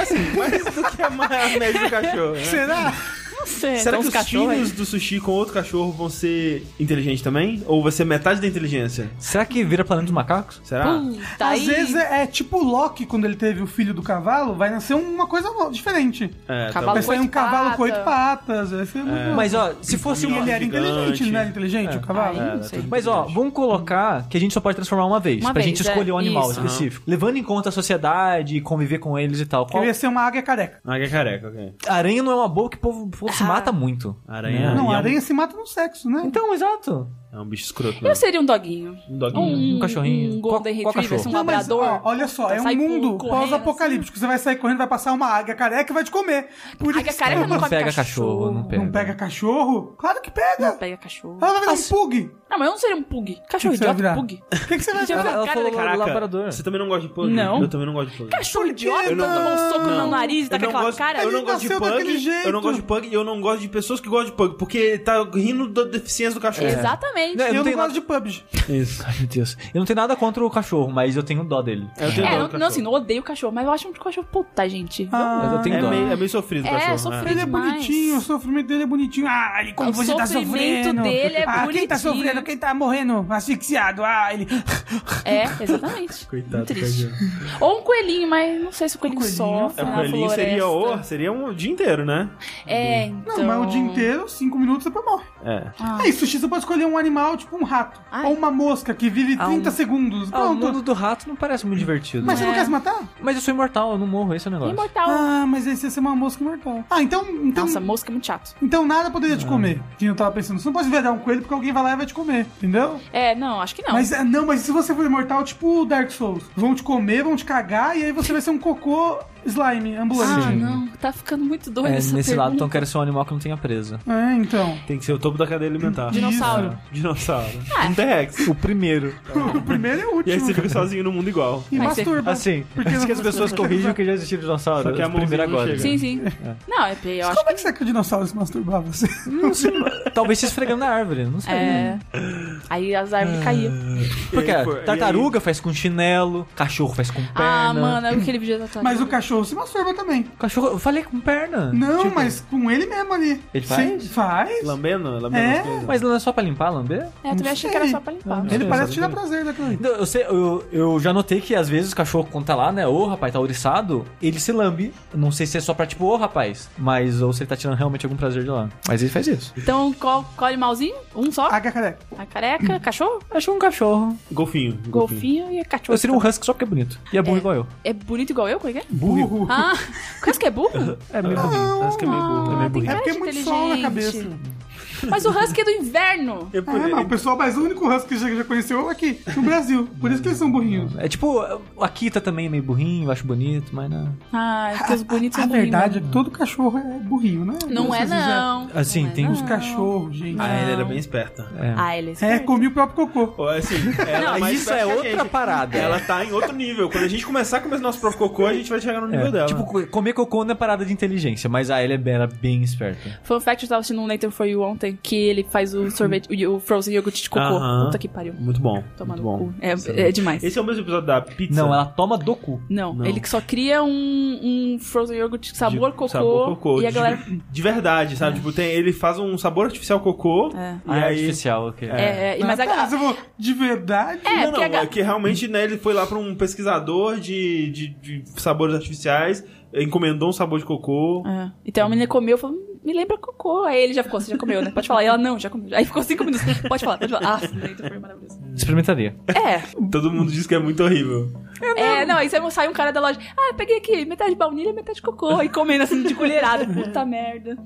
S2: Assim,
S4: É.
S2: Mais do que a média do cachorro. né?
S4: Será?
S1: Não sei.
S2: Será
S1: então os
S2: que os
S1: cachorros.
S2: filhos do sushi com outro cachorro vão ser inteligentes também? Ou vai ser metade da inteligência?
S3: Será que vira planeta dos macacos?
S2: Será?
S1: Tá
S4: Às
S1: aí.
S4: vezes é, é tipo o Loki, quando ele teve o filho do cavalo, vai nascer uma coisa diferente.
S2: É, tá
S1: Cavalo
S4: Vai
S2: bom.
S4: sair um
S1: oito
S4: cavalo com
S1: patas.
S4: oito patas. Vai ser
S2: É.
S4: muito
S3: Mas ó, se fosse
S4: E
S3: um.
S4: ele era
S2: gigante.
S4: inteligente, ele não era inteligente,
S3: É.
S4: o cavalo?
S1: Ai,
S2: É,
S1: não
S2: tá
S1: sei.
S2: tudo
S3: Mas ó,
S2: inteligente.
S3: vamos colocar que a gente só pode transformar uma vez,
S1: Uma
S3: pra
S1: vez,
S3: gente
S1: é,
S3: escolher um animal
S1: isso.
S3: específico. Levando em conta a sociedade e conviver com eles e tal. Qual-
S4: Eu ia ser uma águia careca.
S2: Ah, que é careca, ok.
S3: Aranha não é uma boa que o povo, o povo se
S1: Ah.
S3: mata muito.
S2: Aranha.
S3: Né?
S4: Não,
S2: e é um-
S4: a aranha se mata no sexo, né?
S3: Então, exato.
S2: É um bicho escroto, né?
S1: Eu seria um doguinho.
S2: Um doguinho.
S1: Um,
S3: um cachorrinho.
S1: Um Golden
S3: Qual- qual
S1: Retriever, assim, um
S3: cachorro?
S4: Não, mas,
S1: labrador. tá
S4: ó, olha só, é um
S1: sai
S4: mundo
S1: correndo, assim.
S4: pós-apocalíptico. Você vai sair correndo, vai passar uma águia careca e vai te comer. Por
S1: Ai, que a
S4: isso-
S1: careca não,
S3: Não
S1: come
S3: pega
S1: cachorro.
S3: cachorro, não pega.
S4: Não pega cachorro? Claro que pega.
S1: Não pega cachorro.
S4: Ela vai virar um pug.
S1: Não, mas eu não seria um pug. Cachorro
S4: O que, que você vai
S1: idiota,
S4: virar?
S1: pug.
S4: O que, que você vai
S1: Já viu
S4: virar?
S1: a cara daquele
S2: Caraca,
S3: labrador.
S2: Você também não gosta de pug?
S1: um Não.
S2: Eu também não gosto de pug.
S1: Cachorro idiota,
S2: Eu não-
S1: tomar um soco no
S2: Não.
S1: nariz e tá
S2: Eu
S1: com
S2: não
S1: aquela
S2: gosto-
S1: cara.
S2: Eu não
S4: Ele
S2: gosto de
S4: nasceu daquele
S2: pug.
S4: jeito.
S2: Eu não gosto de pug e eu não gosto de pessoas que gostam de pug, porque tá rindo da deficiência do cachorro.
S1: Exatamente, Exatamente.
S3: Não,
S4: Eu,
S3: eu
S4: não
S3: tenho
S4: gosto de PUBG.
S2: Isso.
S3: <laughs> Ai, meu Deus. Eu não tenho nada contra o cachorro, mas eu tenho dó dele.
S2: Eu tenho
S1: É,
S2: dó do
S1: não, não,
S2: cachorro.
S1: assim, não odeio cachorro, mas eu acho um cachorro puta, gente.
S3: Mas eu tenho
S2: é,
S3: dó.
S2: meio, é meio sofrido o
S1: É,
S2: cachorro.
S1: sofrido.
S4: Ele é
S1: demais.
S4: bonitinho, o sofrimento dele é bonitinho. Ah, ele como
S1: O
S4: você tá sofrendo.
S1: sofrimento dele é
S4: ah, quem tá
S1: bonitinho.
S4: sofrendo? Quem tá morrendo? Asfixiado. Ah, ele...
S1: É,
S3: <laughs>
S1: exatamente.
S2: Coitado,
S1: Muito triste.
S2: tadinho.
S1: Ou um coelhinho, mas não sei se o coelhinho,
S4: coelhinho.
S1: sofre.
S2: É,
S1: na
S2: porque ali seria,
S1: floresta.
S2: o, seria um dia inteiro, né?
S1: É,
S4: Não,
S1: então.
S4: mas o dia inteiro, cinco minutos, você morre.
S2: É.
S1: Ah.
S4: É isso, X, você pode escolher um animal, tipo um rato.
S1: Ai.
S4: Ou uma mosca que vive
S3: Ah,
S4: 30
S3: um-
S4: segundos.
S3: Ah, o
S4: Pronto.
S3: mundo do rato não parece muito divertido.
S4: mas
S3: Mas,
S4: você não
S1: É.
S4: quer se matar?
S3: eu sou imortal, eu não morro, esse é o negócio.
S1: Imortal.
S4: Ah, mas aí você ia ser uma mosca mortal. Ah, então. então
S1: Nossa, Ah. mosca é muito chato.
S4: Então nada poderia te comer. Que eu tava pensando. Você não pode virar um coelho porque alguém vai lá e vai te comer, entendeu?
S1: É, não, acho que não.
S4: Mas é, não, mas se você for imortal, tipo Dark Souls, vão te comer, vão te cagar e aí você vai ser um cocô slime ambulante.
S1: ah, não, tá ficando muito
S3: É,
S1: doido essa
S3: nesse lado, então
S1: pergunta.
S3: eu quero ser um animal que não tenha presa.
S4: É, então.
S2: Tem que ser o topo da cadeia alimentar.
S1: Ah. Dinossauro.
S2: Dinossauro.
S1: Ah.
S2: Um T-Rex.
S3: O primeiro.
S4: <laughs> O primeiro e o
S2: E
S4: último.
S2: aí você fica sozinho no mundo igual.
S4: E
S1: Mas
S4: masturba.
S3: <laughs> Assim,
S4: Por que
S3: acho que
S4: não-
S3: as pessoas corrigem que já existiu dinossauro.
S2: Só que é a
S3: o primeiro
S2: mãozinha não
S3: agora.
S2: chega.
S1: Sim, sim. Não, é pior.
S4: Como é que será que o dinossauro se masturbava <laughs> assim?
S3: Não sei, mas- Talvez se esfregando na árvore, não sei.
S1: É. Aí as árvores caíam.
S3: Porque
S2: E aí,
S3: a
S2: pô, e aí-
S3: tartaruga faz com chinelo, cachorro faz com perna.
S1: Ah, mano, é aquele vídeo da tartaruga.
S4: Mas o cachorro se masturba também.
S3: Cachorro, eu falei com perna.
S4: Não,
S3: Tipo,
S4: mas com ele mesmo ali.
S3: Ele faz?
S4: Sim, faz.
S2: Lambendo? Lambendo
S4: É.
S2: as coisas?
S3: Mas não é só pra limpar, lamber?
S1: É, eu
S4: Não
S1: também achei que era
S4: sei. Ah.
S1: só pra limpar.
S4: Ele
S3: Sim,
S4: parece
S3: sabe
S4: tirar
S3: como é.
S4: prazer daquilo ali.
S3: Não, Eu, sei, eu, eu já notei que às vezes o cachorro, quando tá lá, né? Ô rapaz, tá ouriçado, ele se lambe. Não sei se é só pra tipo, ô rapaz, mas ou se ele tá tirando realmente algum prazer de lá. Mas ele faz isso.
S1: Então, qual, qual animalzinho? Um só?
S4: Águia careca.
S1: A careca, cachorro,
S3: Achou Ah. um cachorro.
S2: Golfinho.
S1: golfinho e a cachorra.
S3: Eu seria um husky só porque é bonito. E é burro
S1: É.
S3: igual eu.
S1: É bonito igual eu? Como é que
S4: <laughs>
S1: é?
S3: Burro.
S1: Ah, quase que é burro?
S3: É meio burrinho. Husky é meio burro. É meio burrinho.
S4: É porque é
S1: de
S4: muito sol na cabeça.
S1: Ah, inteligente. Mas o husky é do inverno.
S2: É por-
S4: É, mas o pessoal mais o único husky que já já conheceu é aqui, no Brasil. Por isso que eles são burrinhos.
S3: É tipo, o Akita também é meio burrinho, eu acho bonito, mas né, não.
S1: Ah, porque os bonitos
S4: A
S1: são burrinhos.
S4: verdade é que todo cachorro é burrinho, né?
S1: Não é,
S4: Vocês já-
S1: não.
S3: Assim,
S1: Não é,
S3: tem
S1: não.
S3: uns
S4: Os cachorros, gente.
S2: Ah, ele era bem esperta.
S3: É.
S1: Ah, ele é
S4: É, comi o próprio cocô.
S2: Ou, <laughs> Assim, ela
S1: Não,
S2: é mais
S3: isso
S2: esperta
S3: é
S2: que a
S3: outra
S2: gente.
S3: parada.
S2: Ela tá em outro nível. Quando a gente começar a comer nosso próprio cocô, a gente vai chegar no nível
S3: É,
S2: dela.
S3: Tipo, co- comer cocô não é parada de inteligência, mas a Ellie era é bem esperta.
S1: Fun fact, eu tava assistindo um Nathan For You ontem, que ele faz o sorvete, o frozen yogurt de cocô.
S2: Aham.
S1: Puta que pariu.
S2: muito bom.
S1: Tomar
S2: muito
S1: no
S2: bom.
S1: cu. É, é demais.
S2: Esse é o mesmo episódio da pizza?
S3: Não, ela toma do cu.
S1: Não,
S2: Não.
S1: ele que só cria um, um frozen yogurt
S2: De-
S1: sabor cocô,
S2: sabor cocô.
S1: e a
S2: de-
S1: galera...
S2: De, verdade, sabe? Tipo, tem, ele faz um sabor artificial cocô.
S1: É.
S2: E
S3: Ah, é
S2: aí.
S3: artificial, ok.
S1: É, é, e- mas
S4: Ah,
S1: a
S4: tá,
S1: galera...
S4: você falou, de verdade?
S1: É,
S2: não,
S1: porque
S2: não,
S1: a ga-
S2: é que realmente, né, ele foi lá pra um pesquisador de, de, de sabores artificiais, encomendou um sabor de cocô.
S1: É. Então a menina comeu e falou, "Hum, me lembra cocô. Aí ele já ficou, você já comeu, né? Pode falar. E ela, não, já comeu. Aí ficou cinco minutos. Pode falar, pode falar. Ah, Nathan foi maravilhoso.
S3: Experimentaria.
S1: É,
S2: Todo mundo diz que é muito horrível.
S1: é, não, aí você- sai um cara da loja. Ah, peguei aqui metade baunilha, metade cocô. E comendo assim de colherada. Puta merda.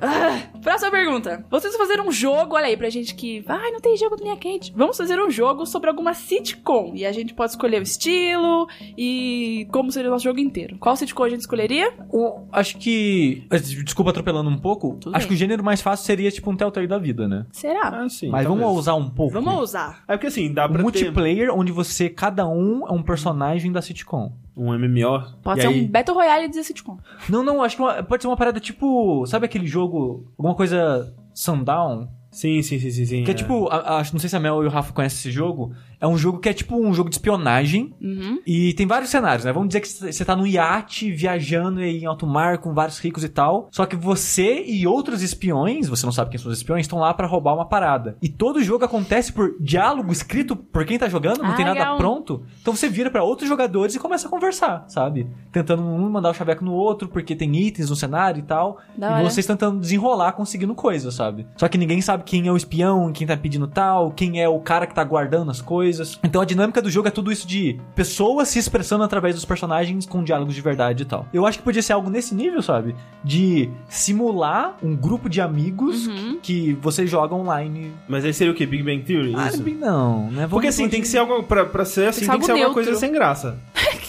S1: Ah, próxima pergunta. Vocês vão fazer um jogo, olha aí, pra gente que. Ai, não tem jogo do Linha Quente. Vamos fazer um jogo sobre alguma sitcom. E a gente pode escolher o estilo e como seria o nosso jogo inteiro. Qual sitcom a gente escolheria?
S3: O- acho que. Desculpa atropelando um pouco.
S1: Tudo
S3: acho
S1: bem.
S3: que o gênero mais fácil seria tipo um Telltale da vida, né?
S1: Será?
S2: Ah, sim.
S3: Mas vamos
S2: talvez.
S3: ousar um pouco.
S1: Vamos usar.
S2: É porque assim, dá
S3: Um
S2: pra ter
S3: multiplayer onde você, cada um, é um personagem da sitcom.
S2: um MMO.
S1: Pode
S2: e
S1: ser
S2: aí,
S1: um Battle Royale de sitcom.
S3: Não, não, acho que uma- pode ser uma parada tipo. Sabe aquele jogo? Alguma coisa. Sundown?
S2: Sim, sim, sim, sim, sim.
S3: Que é, tipo. a- a- não sei se a Mel e o Rafa conhecem esse jogo. É um jogo que é tipo um jogo de espionagem.
S1: Uhum.
S3: E tem vários cenários, né? Vamos dizer que você tá num iate viajando aí em alto mar com vários ricos e tal. Só que você e outros espiões, você não sabe quem são os espiões, estão lá pra roubar uma parada. E todo jogo acontece por diálogo escrito por quem tá jogando, não
S1: Ah,
S3: tem nada
S1: legal.
S3: pronto. Então você vira pra outros jogadores e começa a conversar, sabe? Tentando um mandar o chaveco no outro, porque tem itens no cenário e tal.
S1: Da
S3: e
S1: hora.
S3: vocês tentando desenrolar, conseguindo coisas, sabe? Só que ninguém sabe quem é o espião, quem tá pedindo tal, quem é o cara que tá guardando as coisas. Então a dinâmica do jogo é tudo isso de pessoas se expressando através dos personagens com diálogos de verdade e tal. Eu acho que podia ser algo nesse nível, sabe? De simular um grupo de amigos
S1: Uhum.
S3: que você joga online.
S2: é. Mas aí seria o quê? Big Bang Theory?
S3: Ah,
S2: Isso.
S3: bem, não, né? Vamos-
S2: Porque assim,
S3: vamos-
S2: tem que ser algo. Pra, pra ser assim,
S1: ser
S2: tem que ser
S1: algo
S2: alguma coisa
S1: neutro.
S2: sem graça.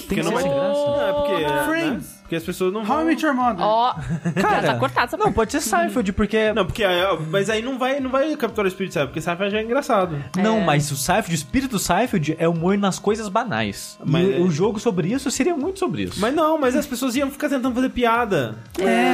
S3: tem que
S2: não vai-
S3: ser sem graça.
S2: Não, é porque.
S4: Friends.
S2: Porque as pessoas não
S4: How I
S2: vão...
S4: Met Your Mother.
S1: Ó, já
S3: Cara,
S1: tá cortado essa
S3: Não,
S1: parte.
S3: pode ser Seinfeld, porque... Não,
S2: Não, porque aí, ó, mas aí não vai, não vai capturar o espírito de Seinfeld, porque Seinfeld já é engraçado.
S3: mas o Seinfeld, o espírito do Seinfeld é o humor nas coisas banais.
S2: Mas-
S3: e o jogo sobre isso seria muito sobre isso.
S2: Mas é. não, mas as pessoas iam ficar tentando fazer piada.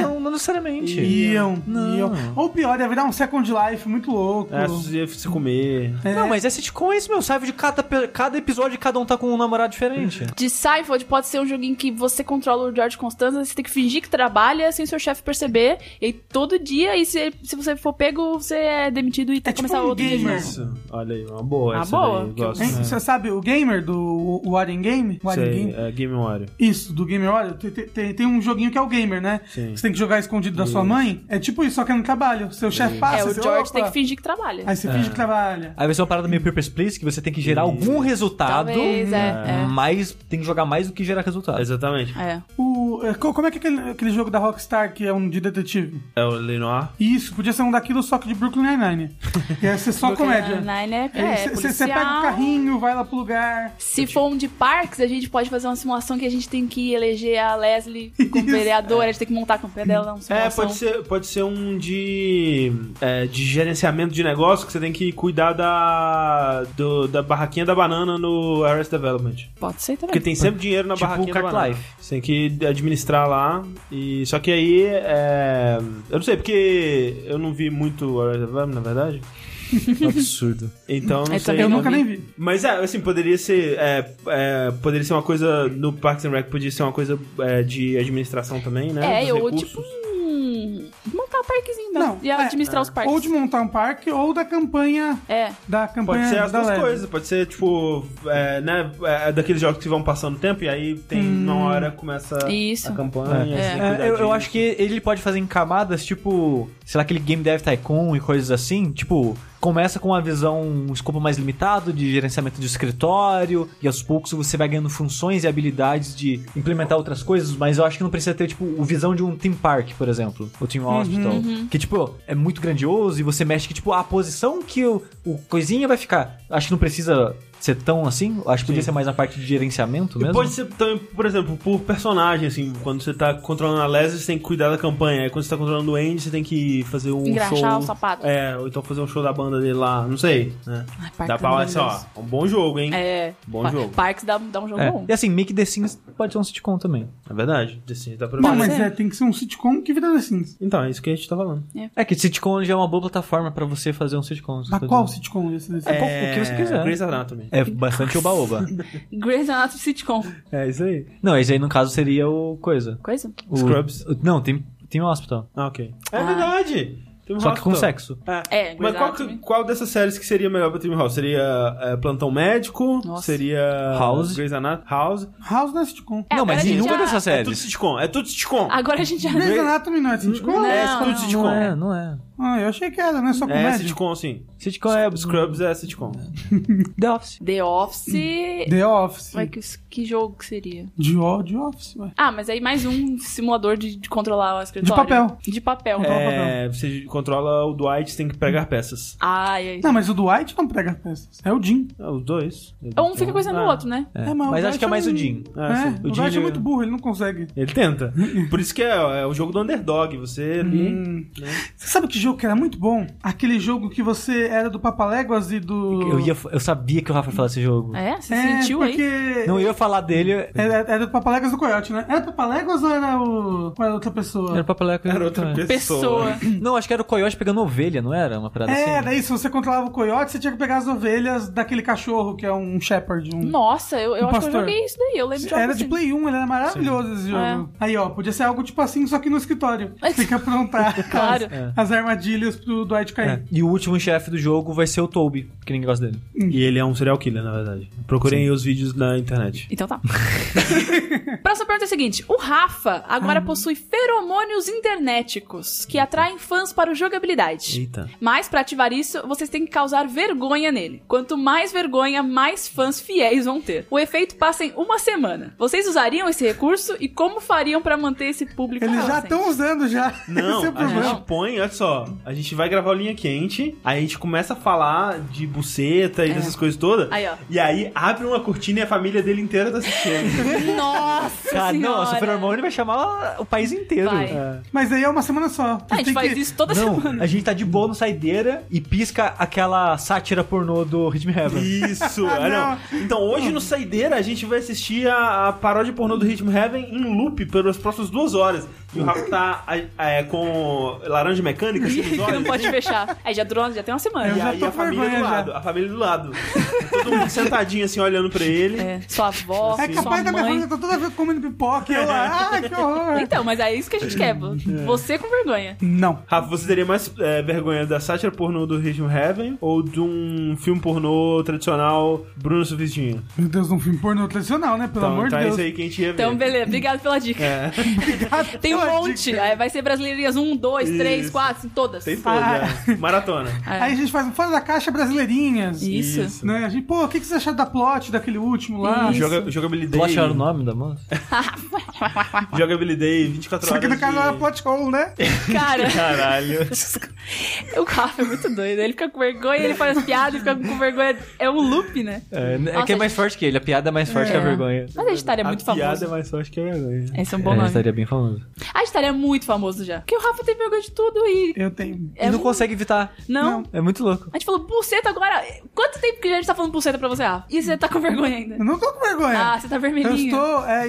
S3: Não, não necessariamente.
S4: Iam,
S3: Não.
S4: iam. Ou pior, ia virar um Second Life muito louco.
S2: É, as pessoas iam se comer.
S4: É.
S3: Não, mas é sitcom é esse, meu. Seinfeld, cada, pe- cada episódio, cada um tá com um namorado diferente.
S1: De Seinfeld pode ser um joguinho que você controla o George Constanza, você tem que fingir que trabalha sem seu chefe perceber, e aí todo dia, e se, se você for pego, você é demitido e tem que
S4: tipo
S1: começar
S4: um
S1: outro
S4: gamer.
S1: dia.
S2: Isso. Olha aí, uma boa
S1: Uma
S2: essa
S1: boa,
S2: daí,
S1: que eu-
S2: gosto.
S4: Hein?
S2: É.
S4: Você sabe o gamer do o Warren Game? Warren
S2: Sei,
S4: um Game?
S2: é Game Wario.
S4: Isso, do Gamer Olha, tem, tem- tem um joguinho que é o Gamer, né?
S2: Sim.
S4: Você tem que jogar escondido da sua mãe. É tipo isso, só que é no trabalho. Seu chefe passa,
S1: É, o
S4: Ah, você
S1: George
S4: opa.
S1: tem que fingir que trabalha.
S4: Aí você
S2: É.
S4: finge que trabalha.
S3: Aí vai ser uma parada meio Purpose Place, que você tem que gerar algum resultado.
S1: Talvez, é, é.
S3: Mas tem que jogar mais do que gerar resultado.
S2: Exatamente.
S1: É.
S4: O, é, co- como é que é aquele, aquele jogo da Rockstar que é um de detetive?
S2: É o Lenoir.
S4: Isso, podia ser um daquilo só que de Brooklyn
S1: <laughs>
S4: Nine-Nine. E aí você só comédia.
S1: Nine é,
S4: Aí
S1: é,
S4: você- você- Você
S1: policial.
S4: pega o carrinho, vai lá pro lugar.
S1: Se for um de parques, a gente pode fazer uma simulação que a gente tem que eleger a Leslie como
S4: Isso. É.
S1: vereadora, a gente tem que montar com o pé dela uma
S2: É,
S1: simulação.
S2: pode ser, pode ser um de, é, de gerenciamento de negócio que você tem que cuidar da, do- da barraquinha da banana no Arrest Development.
S1: Pode ser também.
S2: Porque tem sempre dinheiro na
S3: Tipo
S2: barraquinha
S3: Cart
S2: da banana.
S3: Life.
S2: Você tem que administrar lá. E, só que aí, é, eu não sei, porque eu não vi muito Arrest Development, na verdade. é um
S3: Absurdo.
S2: Então, não
S1: Eu
S2: sei.
S1: também
S4: Eu
S1: não
S4: nunca
S1: vi.
S4: nem vi.
S2: Mas é, assim, poderia ser. é, é, poderia ser uma coisa. No Parks and Rec podia ser uma coisa é, de administração também, né?
S1: É,
S2: Dos
S1: eu,
S2: recursos.
S1: tipo, um- montar um parquezinho mesmo.
S4: Não,
S1: e administrar
S4: é,
S1: os parques.
S4: Ou de montar um parque, ou da campanha.
S1: É.
S4: Da campanha
S2: Pode ser as
S4: da
S2: duas
S4: Leve.
S2: coisas, pode ser tipo, é, né, é, daqueles jogos que vão passando tempo e aí tem uma hora começa
S1: Isso.
S2: a campanha.
S1: É.
S2: assim,
S3: Hum. É,
S2: cuidar
S3: eu, eu
S2: disso.
S3: acho que ele pode fazer em camadas, tipo, sei lá, aquele Game Dev Tycoon e coisas assim. Tipo, começa com uma visão, um escopo mais limitado de gerenciamento de escritório, e aos poucos você vai ganhando funções e habilidades de implementar outras coisas, mas eu acho que não precisa ter, tipo, o visão de um Team Park, por exemplo, ou Team Hospital. Que, tipo, é muito grandioso e você mexe que, tipo, a posição que o, o coisinha vai ficar. Acho que não precisa ser tão assim, acho que podia ser mais na parte de gerenciamento
S2: E
S3: mesmo.
S2: pode ser também, por exemplo, por personagem, assim, quando você tá controlando a Leslie, você tem que cuidar da campanha. Aí quando você tá controlando o Andy, você tem que fazer um
S1: Engraxar
S2: show.
S1: o sapato.
S2: É, ou então fazer um show da banda dele lá, não sei, né?
S1: Ai, parque
S2: Dá pra falar assim, ó,
S1: maravilhoso.
S2: um bom jogo, hein?
S1: É.
S2: Bom
S1: Pa-
S2: jogo.
S1: Parques dá, dá um jogo
S3: É.
S1: bom.
S3: E assim, Make the Sims pode ser um sitcom também.
S2: É verdade, assim, dá pra
S4: Não,
S2: ver.
S4: mas
S1: ser.
S4: é, tem que ser um sitcom que vira The Sims.
S2: Então, é isso que a gente tá falando.
S3: É que sitcom já é uma boa plataforma pra você fazer um sitcom.
S2: tá
S4: Mas qual sitcom desse
S2: É.
S4: The Sims?
S3: qual- Então, o que você quiser.
S2: Grey's Anatomy.
S3: É bastante oba-oba.
S1: Grey's Anatomy Sitcom.
S2: É isso aí.
S3: não, esse aí no caso seria o coisa.
S1: Coisa?
S3: O-
S2: Scrubs.
S3: o- não, tem, tem um hospital.
S2: Ah, ok. É
S1: Ah.
S2: verdade! Tem um
S3: Só que com
S2: hospital.
S3: sexo.
S1: É, Grey's
S2: Mas qual, que-
S1: Anatomy.
S2: qual dessas séries que seria melhor pra Team House? Seria é, Plantão Médico?
S1: Nossa.
S2: Seria
S3: House.
S2: Grey's Anatomy? House?
S4: House não é sitcom.
S1: É,
S3: não,
S1: agora
S3: mas
S1: a gente
S3: nenhuma
S1: já-
S3: dessas
S2: É tudo
S3: séries.
S2: sitcom, é tudo sitcom.
S1: Agora a gente já...
S4: Grey's Anatomy não é sitcom?
S2: é
S1: Não,
S2: tudo
S1: não.
S2: sitcom.
S3: não é, não é.
S4: Ah, eu achei que era, né? Só
S2: É
S4: comédia.
S2: sitcom, sim.
S3: Sitcom é
S2: Scrubs é sitcom.
S3: The Office.
S1: The Office...
S4: The Office.
S1: Ai, que, que jogo que seria?
S4: De o- The Office, ué.
S1: Ah, mas aí mais um simulador de, de controlar o escritório.
S4: papel.
S1: De papel.
S2: É, você controla o Dwight, você tem que pegar peças.
S1: Ai, É ai.
S4: Não, mas o Dwight não prega peças. É o Jim.
S2: Ah, os dois.
S1: Um
S2: Então
S1: fica coisando o outro, né?
S3: É,
S4: É, mas
S3: mas
S4: o
S3: acho que é
S4: Dwight
S3: mais
S4: é
S3: o
S4: um-
S3: Jim.
S2: Ah,
S4: é,
S2: sim. Jim,
S4: o Dwight é
S2: ele-
S4: muito burro, ele não consegue.
S2: Ele tenta. Por isso que é, é o jogo do underdog. Você é um- ali.
S4: Hum. Você sabe que jogo que era muito bom? Aquele jogo que você era do Papaléguas e do...
S3: Eu, ia, eu sabia que o Rafa ia falar desse jogo.
S1: É? Você
S4: É, né?
S1: sentiu aí?
S4: porque...
S3: Não eu ia falar dele.
S4: Era, era do Papaléguas do Coyote, né? Era do Papaléguas ou era o... Ou era outra pessoa?
S3: Era o Papaleco.
S2: Era outra pessoa.
S1: Pessoa.
S3: É. Não, acho que era o Coyote pegando ovelha, não era? Uma parada assim.
S4: É, daí se você controlava o coiote, você tinha que pegar as ovelhas daquele cachorro que é um shepherd. Um...
S1: Nossa, eu, eu
S4: Um
S1: acho que eu
S4: pastor.
S1: joguei isso daí. Eu lembro de algo
S4: Era de
S1: assim. É.
S4: Play 1, ele era maravilhoso esse jogo. Aí, ó, podia ser algo tipo assim, só que no escritório.
S1: <laughs> Mas-
S4: Tem que aprontar
S1: <laughs> Claro.
S4: as, as armadilhas pro Dwight
S3: É.
S4: cair.
S3: E o último chefe do jogo vai ser o Toby, que ninguém gosta dele.
S2: E ele é um serial killer, na verdade. Procurem os vídeos na internet.
S1: Então tá. <laughs> Próxima pergunta é a seguinte: o Rafa agora possui feromônios internéticos que atraem fãs para o jogabilidade.
S2: Eita.
S1: Mas pra ativar isso, vocês têm que causar vergonha nele. Quanto mais vergonha, mais fãs fiéis vão ter. O efeito passa em uma semana. Vocês usariam esse recurso e como fariam pra manter esse público?
S4: Eles já
S1: presente?
S4: estão usando já.
S2: Não,
S4: Esse é o
S2: a
S4: problema.
S2: gente põe, olha só, ó, a gente vai gravar o Linha Quente, aí a gente começa a falar de buceta e
S4: É.
S2: dessas coisas todas.
S1: Aí, ó.
S2: E aí abre uma cortina e a família dele inteira tá
S4: <laughs>
S2: assistindo.
S1: Nossa
S3: Cara,
S1: senhora.
S3: não, a Super Harmony vai chamar o país inteiro.
S1: Vai.
S3: É.
S4: Mas aí é uma semana só.
S1: A gente
S4: Tem
S1: faz
S4: que-
S1: isso toda
S3: Não,
S1: semana. <laughs>
S3: a gente tá de boa no saideira e pisca aquela sátira pornô do Rhythm Heaven.
S2: Isso, ah, não. Então hoje no Saideira a gente vai assistir a, a paródia pornô do Rhythm Heaven em loop pelas próximas duas horas. E o Rafa tá a- é, com laranja mecânica, assim, nos
S1: Que não
S2: olhos.
S1: pode fechar. É, já durou, já tem uma semana.
S4: Eu
S2: E
S4: já
S2: aí
S4: tô
S2: a
S4: com
S2: família do
S4: vergonha já.
S2: lado, a família do lado. Todo mundo sentadinho assim, olhando pra ele.
S1: É, sua avó,
S4: É
S1: sua
S4: capaz da minha
S1: mãe.
S4: família tá toda vez comendo pipoca. e
S1: <laughs>
S4: Eu lá, ah, que horror.
S1: Então, mas é isso que a gente quer. vo- Você com vergonha.
S4: Não.
S2: Rafa, você teria mais é, vergonha da sátira pornô do Rhythm Heaven ou de um filme pornô tradicional Bruno Sufitinho?
S4: Meu Deus, um filme pornô tradicional, né? Pelo amor de
S2: então é
S4: Deus.
S2: isso aí que a gente ia ver.
S1: Então, beleza. Obrigado pela dica.
S2: É,
S1: Tem um
S4: Pela
S1: monte.
S4: dica.
S1: Aí vai ser Brasileirinhas 1, 2, 3,
S2: Isso.
S1: 4, todas.
S2: tem toda.
S4: Ah.
S2: é. Maratona.
S1: É.
S4: Aí a gente faz um fora da caixa brasileirinhas.
S1: Isso.
S4: Né? A gente, pô, o que, que vocês acharam da plot daquele último lá?
S1: Isso.
S2: Joga, jogabilidade.
S3: Plot era o nome da moça?
S2: Jogabilidade 24
S4: Só
S2: horas.
S4: que no caso
S2: de-
S4: era plot hole, né?
S1: Cara, <laughs>
S2: Caralho.
S4: <laughs>
S1: o Rafa é muito doido. Ele fica com vergonha, ele faz as piadas, ele fica com vergonha. É um loop, né?
S3: É,
S1: Nossa,
S3: é que é mais forte que ele, a piada é mais forte que a vergonha.
S1: Mas a Itália é muito
S2: a piada
S1: famoso.
S2: é mais forte que a vergonha.
S1: Esse é um bom
S3: É, ele
S1: nome.
S3: estaria bem famoso.
S1: A Itália é muito famoso já. Porque o Rafa tem vergonha de tudo e.
S4: Eu tenho.
S1: É
S3: e não
S1: um-
S3: consegue evitar.
S1: Não.
S3: É muito louco.
S1: A gente falou buceta agora. Quanto tempo que a gente tá falando buceta pra você, Rafa? E você tá com vergonha ainda?
S4: Eu não tô com vergonha.
S1: Ah, você tá
S4: eu
S1: vermelhinho.
S4: estou é,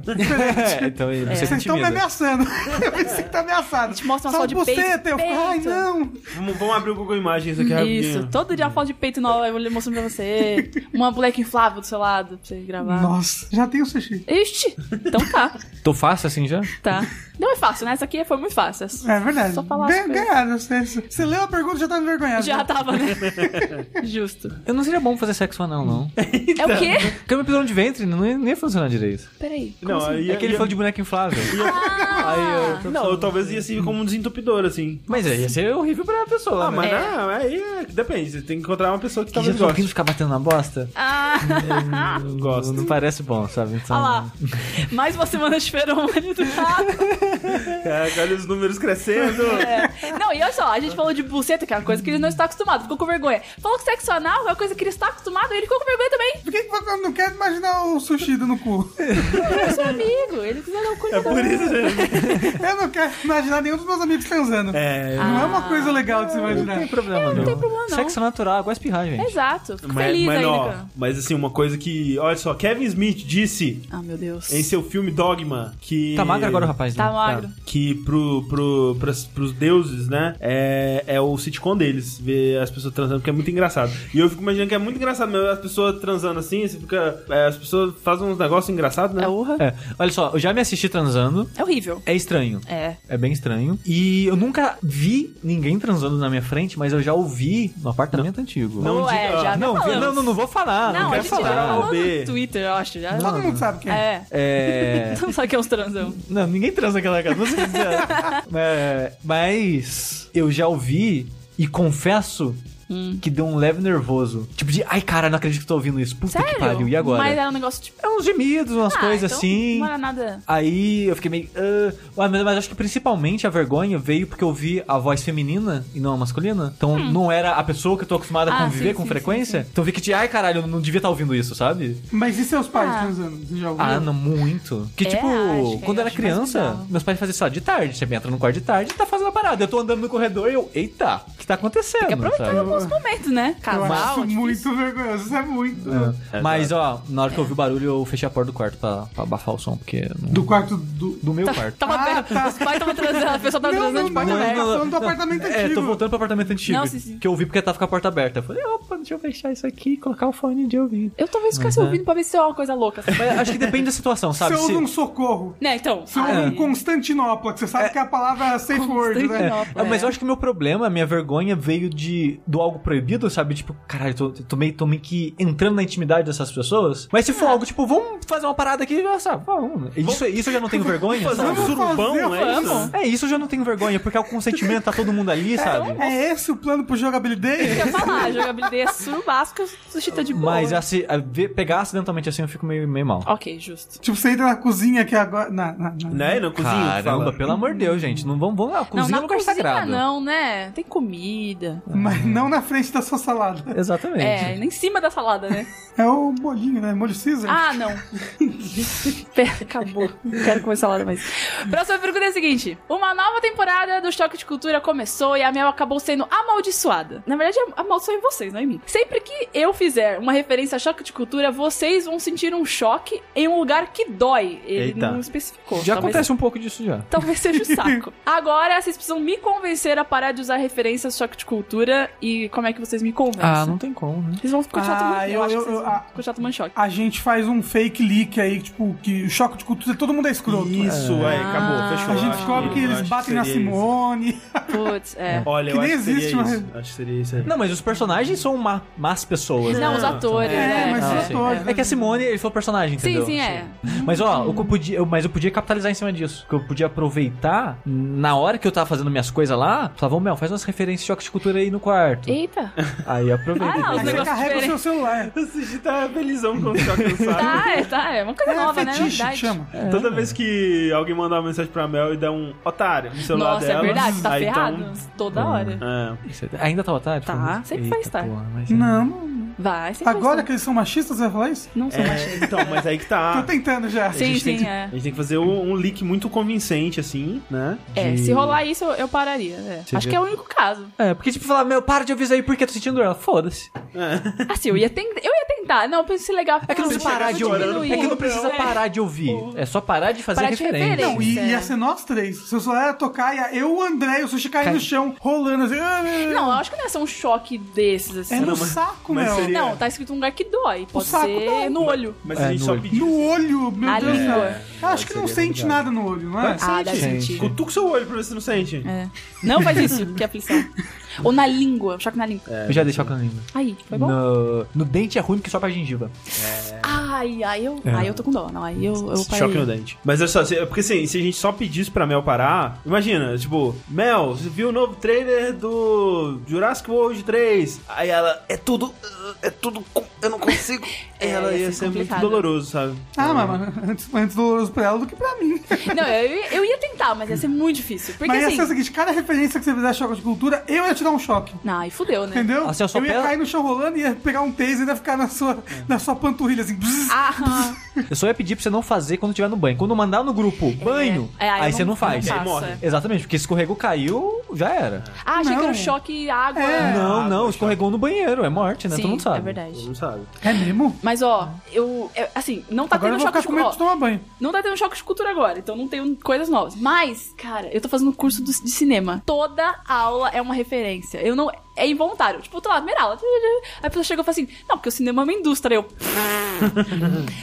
S2: <laughs>
S3: <laughs>
S4: Diferente.
S3: É, então ele você se
S4: Vocês estão me
S3: intimida.
S4: ameaçando. <laughs> Eu pensei que tá ameaçado.
S1: gente mostra uma
S4: Só
S1: foto de
S4: buceta.
S1: peito,
S4: Eu fico, ai,
S1: peito.
S4: não.
S2: Vamos, vamos abrir o Google Imagens aqui rapidinho.
S1: Isso, todo dia uma foto de peito nova eu mostrando pra você. Uma moleque inflável do seu lado pra você gravar.
S4: Nossa, já tem o sushi.
S1: Ixi, então tá,
S3: Tô fácil assim já?
S1: tá. Não é fácil, né? Essa aqui foi muito fácil. É só-
S4: É verdade.
S1: Só falar as
S4: Bem,
S1: coisas.
S4: ganharam. Você, você leu a pergunta e já tá
S2: É.
S4: envergonhado.
S1: Já tava, né? Justo.
S3: Eu não seria bom fazer sexo anal, não.
S1: É
S2: Então.
S1: o quê?
S3: Câmera prisão de ventre não ia, não ia funcionar direito.
S1: Peraí. como
S2: Não,
S1: assim?
S2: aí,
S3: É que ele falou de boneca inflável.
S1: Ah,
S2: Não, eu talvez ia ser como um desentupidor, assim.
S3: Mas aí ia ser horrível pra pessoa,
S2: Ah, mas
S3: né?
S1: É.
S2: não, aí é- depende. Você tem que encontrar uma pessoa que
S3: Que já
S2: talvez
S3: tá ouvindo
S2: goste.
S3: ficar batendo na bosta?
S2: é-
S1: ah.
S3: Não gosto. Não parece bom, sabe?
S1: <laughs>
S3: Então...
S1: Olha lá. Mais uma semana de feromônio do rato.
S2: Caraca, É, olha os números crescendo.
S1: É. Não, e olha só, a gente falou de buceta, que é uma coisa que ele não está acostumado, ficou com vergonha. Falou que sexo anal é uma coisa que ele está acostumado, ele ficou com vergonha também.
S4: Por que que eu não quero imaginar o sushi dando no cu?
S1: É seu amigo, ele quiser dar o cu ele
S2: É
S1: dá.
S2: por isso.
S4: Eu não quero imaginar nenhum dos meus amigos transando.
S2: É,
S4: Não é uma coisa legal de se
S3: Não
S4: imaginar.
S3: tem problema, É, não.
S1: tem problema, não.
S3: Sexo natural, igual espirrar, gente.
S1: Exato, fico
S2: mas,
S1: feliz
S2: mas,
S1: ainda.
S2: ó,
S1: cara.
S2: mas assim, uma coisa que. Olha só, Kevin Smith disse
S1: Ah, meu Deus.
S2: em seu filme Dogma que.
S3: Tá magro agora o rapaz, né?
S1: Tá magro.
S2: Que pro, pro, pras, pros deuses, né? É, é o sitcom deles, ver as pessoas transando, porque é muito engraçado. E eu fico imaginando que é muito engraçado mesmo, as pessoas transando assim, você fica. é, as pessoas fazem uns negócios engraçados, né?
S1: É urra.
S3: É. Olha só, eu já me assisti transando.
S1: É horrível.
S3: É estranho.
S1: É.
S3: É bem estranho. E eu nunca vi ninguém transando na minha frente, mas eu já ouvi no apartamento antigo.
S2: Não
S1: Ou é,
S2: diga-
S1: já
S3: não, vi-
S1: falamos.
S3: não, não, não vou falar. Não,
S1: Não, a
S3: quero
S1: gente
S3: falar.
S1: já falou
S2: B.
S1: no Twitter, eu acho. Já.
S4: Todo mundo sabe quem é.
S1: É.
S3: É.
S1: <laughs> Não sabe o que é uns transão.
S3: Não, ninguém transa naquela casa, não sei o que <laughs> dizer. É, Mas eu já ouvi e confesso que deu um leve nervoso. Tipo de, ai cara, não acredito que tô ouvindo isso. Puta
S1: Sério?
S3: que pariu, e agora?
S1: Mas era um negócio tipo.
S3: É uns gemidos, umas
S1: ah,
S3: coisas
S1: então
S3: assim.
S1: Não era nada.
S3: Aí eu fiquei meio. "Ah". Ué, mas, mas acho que principalmente a vergonha veio porque eu vi a voz feminina e não a masculina. Então não era a pessoa que eu tô acostumada a
S1: Hum. Ah,
S3: conviver
S1: sim,
S3: com
S1: sim,
S3: frequência. Então eu vi que, de, ai caralho, eu não devia estar ouvindo isso, sabe?
S4: Mas e seus pais
S1: Ah.
S4: transando? Você já ouviu?
S3: Ah, não, muito. Que
S1: É,
S3: tipo,
S1: acho que
S3: quando
S1: eu acho
S3: eu era
S1: mais
S3: criança,
S1: bizarro.
S3: meus pais faziam só de tarde. Você entra no quarto de tarde e tá fazendo a parada. Eu tô andando no corredor e eu, eita, o que tá acontecendo?
S1: Tem que aproveitar
S3: sabe?
S1: alguns momentos, né?
S4: Eu acho
S1: Casal.
S4: isso
S1: difícil.
S4: muito vergonhoso. Isso é muito.
S3: É. Mas ó, na hora que eu ouvi o barulho, eu fechei a porta do quarto pra, pra abafar o som, porque. não-
S4: Do quarto do.
S3: Do meu quarto.
S1: Tava
S4: Ah,
S1: perto.
S4: tá.
S1: Os pais estavam transando, a pessoa tava
S4: Não,
S1: transando
S4: não,
S1: de porta
S4: não,
S1: aberta.
S4: não. falando do apartamento
S3: É, tô
S4: antigo.
S3: voltando pro apartamento antigo.
S1: Não, sim, sim.
S3: Que eu ouvi porque tava com a porta aberta. Eu falei, opa, deixa eu fechar isso aqui e colocar o fone de ouvido.
S1: Eu talvez ficasse
S3: Mas é.
S1: ouvindo pra ver se é uma coisa louca. assim.
S3: Mas acho que depende da situação,
S4: Você
S3: sabe?
S4: ouve
S3: Se-
S4: um socorro.
S1: né, então.
S3: é
S4: Você ouve
S1: aí-
S4: um Constantinopla, que você sabe que é a palavra safe word, né?
S1: Constantinopla,
S3: É, mas eu acho que o meu problema, a minha vergonha veio de do algo proibido, sabe? Tipo, caralho, tô, tô, meio, tô meio que entrando na intimidade dessas pessoas. Mas se for algo, tipo, vamos fazer uma parada aqui, já sabe, vamos. né? Isso, isso eu já não tenho vergonha.
S2: Fazer um
S3: sabe?
S4: Vamos fazer,
S2: surubão, é
S1: vamos.
S2: isso?
S3: É, isso eu já não tenho vergonha, porque é o consentimento, tá todo mundo ali, sabe?
S4: É esse o plano pro jogabilidade?
S1: <laughs> Eu ia falar, jogabilidade é surubasco, sushi tá de boa.
S3: Mas assim, a ver- pegar acidentalmente assim eu fico meio, meio mal.
S1: Ok, justo.
S4: tipo, você entra na cozinha aqui agora. Na, na, na-
S2: Né? Não cozinha.
S3: Caramba, pelo amor de Deus, gente. Não vamos, vamos lá, cozinha
S1: não,
S3: é um
S1: na
S3: lugar
S1: cozinha
S3: sagrado.
S1: não, né? Tem comida.
S4: Mas não na frente da sua salada.
S3: Exatamente.
S1: É, em cima da salada, <laughs> né?
S4: É o molhinho, né? Molho Caesar.
S1: Ah, não. Pera, Acabou. Não quero comer salada mais. Próxima pergunta é a seguinte: Uma nova temporada do Choque de Cultura começou e a Mel acabou sendo amaldiçoada. Na verdade, amaldiçoou em vocês, não é em mim. Sempre que eu fizer uma referência a Choque de Cultura, vocês vão sentir um choque em um lugar que dói. Ele
S3: Eita.
S1: não especificou.
S3: Já
S1: Talvez-
S3: acontece um pouco disso já.
S1: Talvez seja o
S4: <laughs>
S1: saco. Agora, vocês precisam me convencer a parar de usar referências a choque de cultura e como é que vocês me convencem?
S3: Ah, não tem como, né?
S1: Vocês vão continuar
S4: Ah,
S1: tomando
S4: eu-
S1: Eu, acho
S4: eu-
S1: que vocês
S4: eu-
S1: vão
S4: ah.
S1: continuar tomando choque.
S4: <laughs> A gente faz um fake leak aí, tipo, que o choque de cultura, todo mundo é escroto.
S2: Isso, é, acabou, fechou.
S4: A gente
S2: Acho
S4: descobre que
S2: eu
S4: eles
S2: acho
S4: batem
S2: que
S4: na
S2: seria isso.
S4: Simone.
S1: Putz, é.
S2: Olha,
S4: Que
S2: eu
S4: nem
S2: acho que seria
S4: existe,
S2: isso.
S4: mas-
S2: Acho que seria isso aí.
S3: Não, mas os personagens são má, más pessoas.
S1: Não, os atores,
S4: É,
S1: né?
S4: mas os
S1: é,
S4: atores,
S1: é.
S3: É que a Simone, ele falou personagem,
S1: Sim,
S3: entendeu?
S1: sim, é.
S3: Mas ó, eu podia, eu- mas eu podia capitalizar em cima disso. Que eu podia aproveitar na hora que eu tava fazendo minhas coisas lá. Falava, ô, Mel, faz umas referências de choque de cultura aí no quarto.
S1: Eita.
S3: Aí aproveita.
S1: Ah, não, os
S4: Aí você
S1: negócios
S4: carrega o seu
S1: diferentes.
S4: celular.
S2: Você tá felizão quando tá cansado.
S1: Tá, é, tá. É uma coisa
S4: É
S1: nova, né?
S4: fetiche, que
S1: Verdade.
S4: chama.
S2: Toda vez que alguém mandar uma mensagem pra Mel e der um otário no celular
S1: Nossa,
S2: dela.
S1: é verdade. Tá
S2: aí
S1: ferrado.
S2: então-
S1: Toda hora.
S2: É.
S3: Você- Ainda tá otário?
S1: Ah. Tá,
S3: Falou,
S1: sempre
S3: "Eita,
S1: faz tarde."
S3: porra, mas-
S4: Não,
S1: Vai, sem
S4: agora
S1: questão.
S4: que eles são machistas, você vai falar isso?
S1: Não sou machista.
S2: É, então, mas aí que tá.
S4: Tô tentando já.
S2: A
S1: Sim,
S2: gente tem
S1: sim,
S2: que-
S1: é.
S2: A gente tem que fazer um, um leak muito convincente, assim, né?
S1: É,
S2: De-
S1: se rolar isso, eu, eu pararia. é.
S3: Você
S1: Acho
S3: vê?
S1: que é o único caso.
S3: É, porque tipo, falar, meu, para de avisar aí porque eu tô sentindo dor. Ela, Foda-se.
S2: É.
S1: Assim, eu ia, ten- eu ia tentar. Não, eu pensei legal.
S3: É que não
S1: Nossa,
S3: precisa parar
S1: vou
S3: de ouvir.
S4: né?
S1: diminuir.
S3: É que não precisa
S1: É.
S3: parar de ouvir. É só parar de fazer
S1: Parar de
S3: referência.
S1: referência.
S4: Não, e
S1: Isso, é.
S4: ia ser nós três. Seu celular ia tocar, ia eu, o André e o Sushi cair
S3: Cai.
S4: no chão, rolando assim. ah,
S1: Não, eu acho que não é só um choque desses,
S4: É
S1: assim.
S4: no
S2: Não, mas-
S4: saco,
S2: mas
S4: meu.
S2: seria-
S1: Não, tá escrito um lugar que dói. Pode
S4: saco
S1: ser
S4: dói.
S1: no olho.
S2: Mas
S3: É,
S2: a gente
S3: no
S2: só
S3: olho.
S2: pediu. um
S4: No olho, meu
S1: A
S4: Deus.
S1: língua.
S4: cara. Acho que não
S2: seria
S4: sente
S2: complicado.
S4: nada no olho, não é?
S1: Ah, dá
S3: Sente.
S1: sentido.
S2: Cutuca o seu olho pra ver se não sente.
S1: É. Não faz isso, que é aflição. Ou na língua, um choque na língua.
S3: Eu já deixei o língua.
S1: Aí, foi bom?
S3: No, no dente é ruim porque só pra gengiva.
S1: Ai, ai, eu,
S4: É.
S1: ai, eu tô com dó. Não, aí eu, eu parei.
S2: Choque no dente. Mas é só, se- é porque assim, se a gente só pedisse pra Mel parar, imagina, tipo, Mel, você viu o novo trailer do Jurassic World 3? Aí ela, é tudo, é tudo, eu não consigo.
S1: <laughs> É,
S2: ela
S1: ia
S2: ia
S1: ser
S2: ser muito
S1: complicado.
S2: doloroso, sabe?
S1: Então,
S4: Ah, mas mano, antes, antes doloroso pra ela do que pra mim.
S1: Não, eu, eu ia tentar, mas ia ser muito difícil. Porque
S4: mas ia
S1: assim.
S4: ser o seguinte: cada referência que você fizer choque de cultura, eu ia te dar um choque.
S1: Não, aí fudeu, né?
S4: Entendeu?
S3: Assim, eu só
S4: ia
S3: pego-
S4: cair no chão rolando e ia pegar um taser e ia ficar na sua, na sua panturrilha assim. bzzz.
S1: É. Ah,
S3: Eu só ia pedir pra você não fazer quando tiver no banho. Quando mandar no grupo banho,
S1: É, é,
S3: aí,
S1: eu
S3: você não, faz.
S1: faço,
S2: Aí morre.
S1: é.
S3: Exatamente, porque escorregou, caiu, já era.
S1: Ah, achei que era um
S4: Não.
S1: choque água.
S4: É.
S3: não,
S2: Ah,
S3: não,
S2: foi
S3: escorregou no banheiro, é morte, né?
S1: Sim,
S3: Todo mundo sabe.
S1: é verdade.
S2: Não sabe.
S4: É mesmo?
S1: Mas ó, eu. é, assim, não tá
S4: Agora eu
S1: tendo
S4: vou
S1: choque
S4: ficar
S1: de
S4: com medo de
S1: cultura.
S4: tomar banho.
S1: Não tá tendo choque de cultura agora, então não tenho coisas novas. Mas, cara, eu tô fazendo um curso do- de cinema. Toda aula é uma referência. Eu não. É involuntário. Tipo, eu tô lá, primeira aula. Aí a pessoa chegou e fala assim: Não, porque o cinema é uma indústria. Eu. <laughs>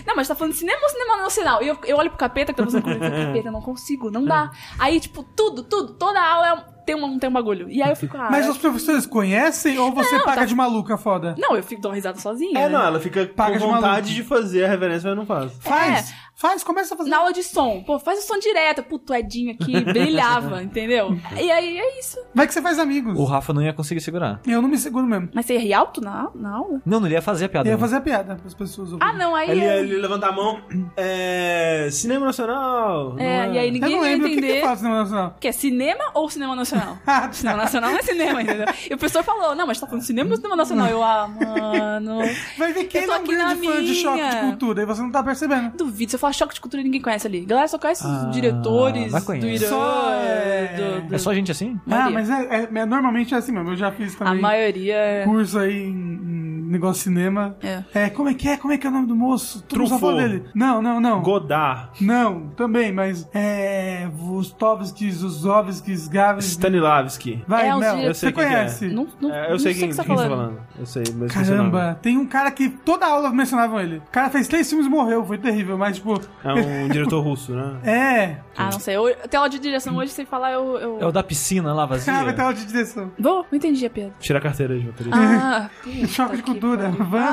S1: Não, mas tá falando de cinema ou cinema nacional? E eu, eu olho pro capeta, que eu tô fazendo curso eu falo, capeta, eu não consigo, não dá. Aí, tipo, tudo, tudo, toda aula é um- tem, um, tem um bagulho. E aí eu fico. Ah,
S4: Mas
S1: eu-
S4: os professores conhecem ou você
S1: Não,
S4: paga
S1: tá-
S4: de maluca foda?
S1: Não, eu fico dou uma risada sozinha.
S2: É,
S1: né?
S2: não, ela fica
S4: Paga de
S2: com vontade
S4: maluco.
S2: de, fazer a reverência, mas não faz.
S4: Faz, faz, começa a fazer.
S1: Na aula de som, pô, faz o som direto. Puto, o Edinho aqui brilhava, <laughs> entendeu? E aí é isso.
S4: Vai que você faz amigos.
S3: O Rafa não ia conseguir segurar.
S4: Eu não me seguro mesmo.
S1: Mas você ia rir alto na, na aula?
S3: Não, não ele ia fazer a piada.
S4: Eu ia
S3: né?
S4: fazer a piada pras pessoas ouvirem.
S1: Ah, não, aí.
S2: Ele, é,
S1: eu-
S2: ele levanta a mão, é. Cinema Nacional.
S1: é,
S2: não
S1: e aí
S4: eu
S1: ninguém
S4: não
S1: ia
S4: lembro o que que
S1: entender.
S4: eu faço no nacional.
S1: que é cinema ou cinema
S4: <laughs>
S1: nacional?
S4: Ah,
S1: cinema
S4: tá.
S1: nacional não é cinema, entendeu? E o pessoal falou, não, mas tá falando cinema ou cinema nacional? Eu, ah, mano.
S4: Vai ver quem
S1: Eu tô
S4: não é um
S1: aqui na
S4: grande fã de choque de
S1: minha.
S4: cultura e você não tá percebendo.
S1: Duvido, se eu falar choque de cultura, ninguém conhece ali. Galera só conhece
S3: Ah,
S1: os diretores
S3: mas
S1: do
S3: conhece.
S1: Irã.
S4: Só é-
S1: do- do-
S3: É só gente assim?
S1: Maria.
S4: Ah, mas é, é- é- normalmente é assim mesmo. Eu já fiz
S1: A
S4: também
S1: maioria é.
S4: curso aí em, em negócio de cinema.
S1: É.
S4: como é que é? Como é que é o nome do moço? Todo mundo só
S2: Truffaut.
S4: fala dele. Não, não, não.
S2: Godard.
S4: Não, também, mas é. Vostovski, Zuzovski, Gavis.
S2: Stanislavski.
S4: Vai,
S1: É, uns
S4: Mel,
S1: diretores-
S4: você
S2: Eu sei quem que é.
S4: conhece.
S1: Não, não,
S2: É, eu
S1: não
S2: sei quem
S1: o que
S2: quem
S1: você
S2: você
S1: tá falando.
S2: Eu sei, mas esqueci o tá nome.
S4: Caramba, tem um cara que toda aula mencionavam ele. O cara fez três filmes e morreu, foi terrível, mas tipo.
S2: É um diretor russo, né?
S4: É.
S1: Ah, não sei. Eu, tela de direção hoje, sem falar, eu. eu...
S3: É o da piscina lá vazia.
S4: Cara, Ah, vai ter aula de direção.
S1: Vou? Não entendi a piada.
S2: Tira a carteira de motorista.
S1: Ah,
S4: <laughs> Choque de
S1: puta que
S4: Dura, van.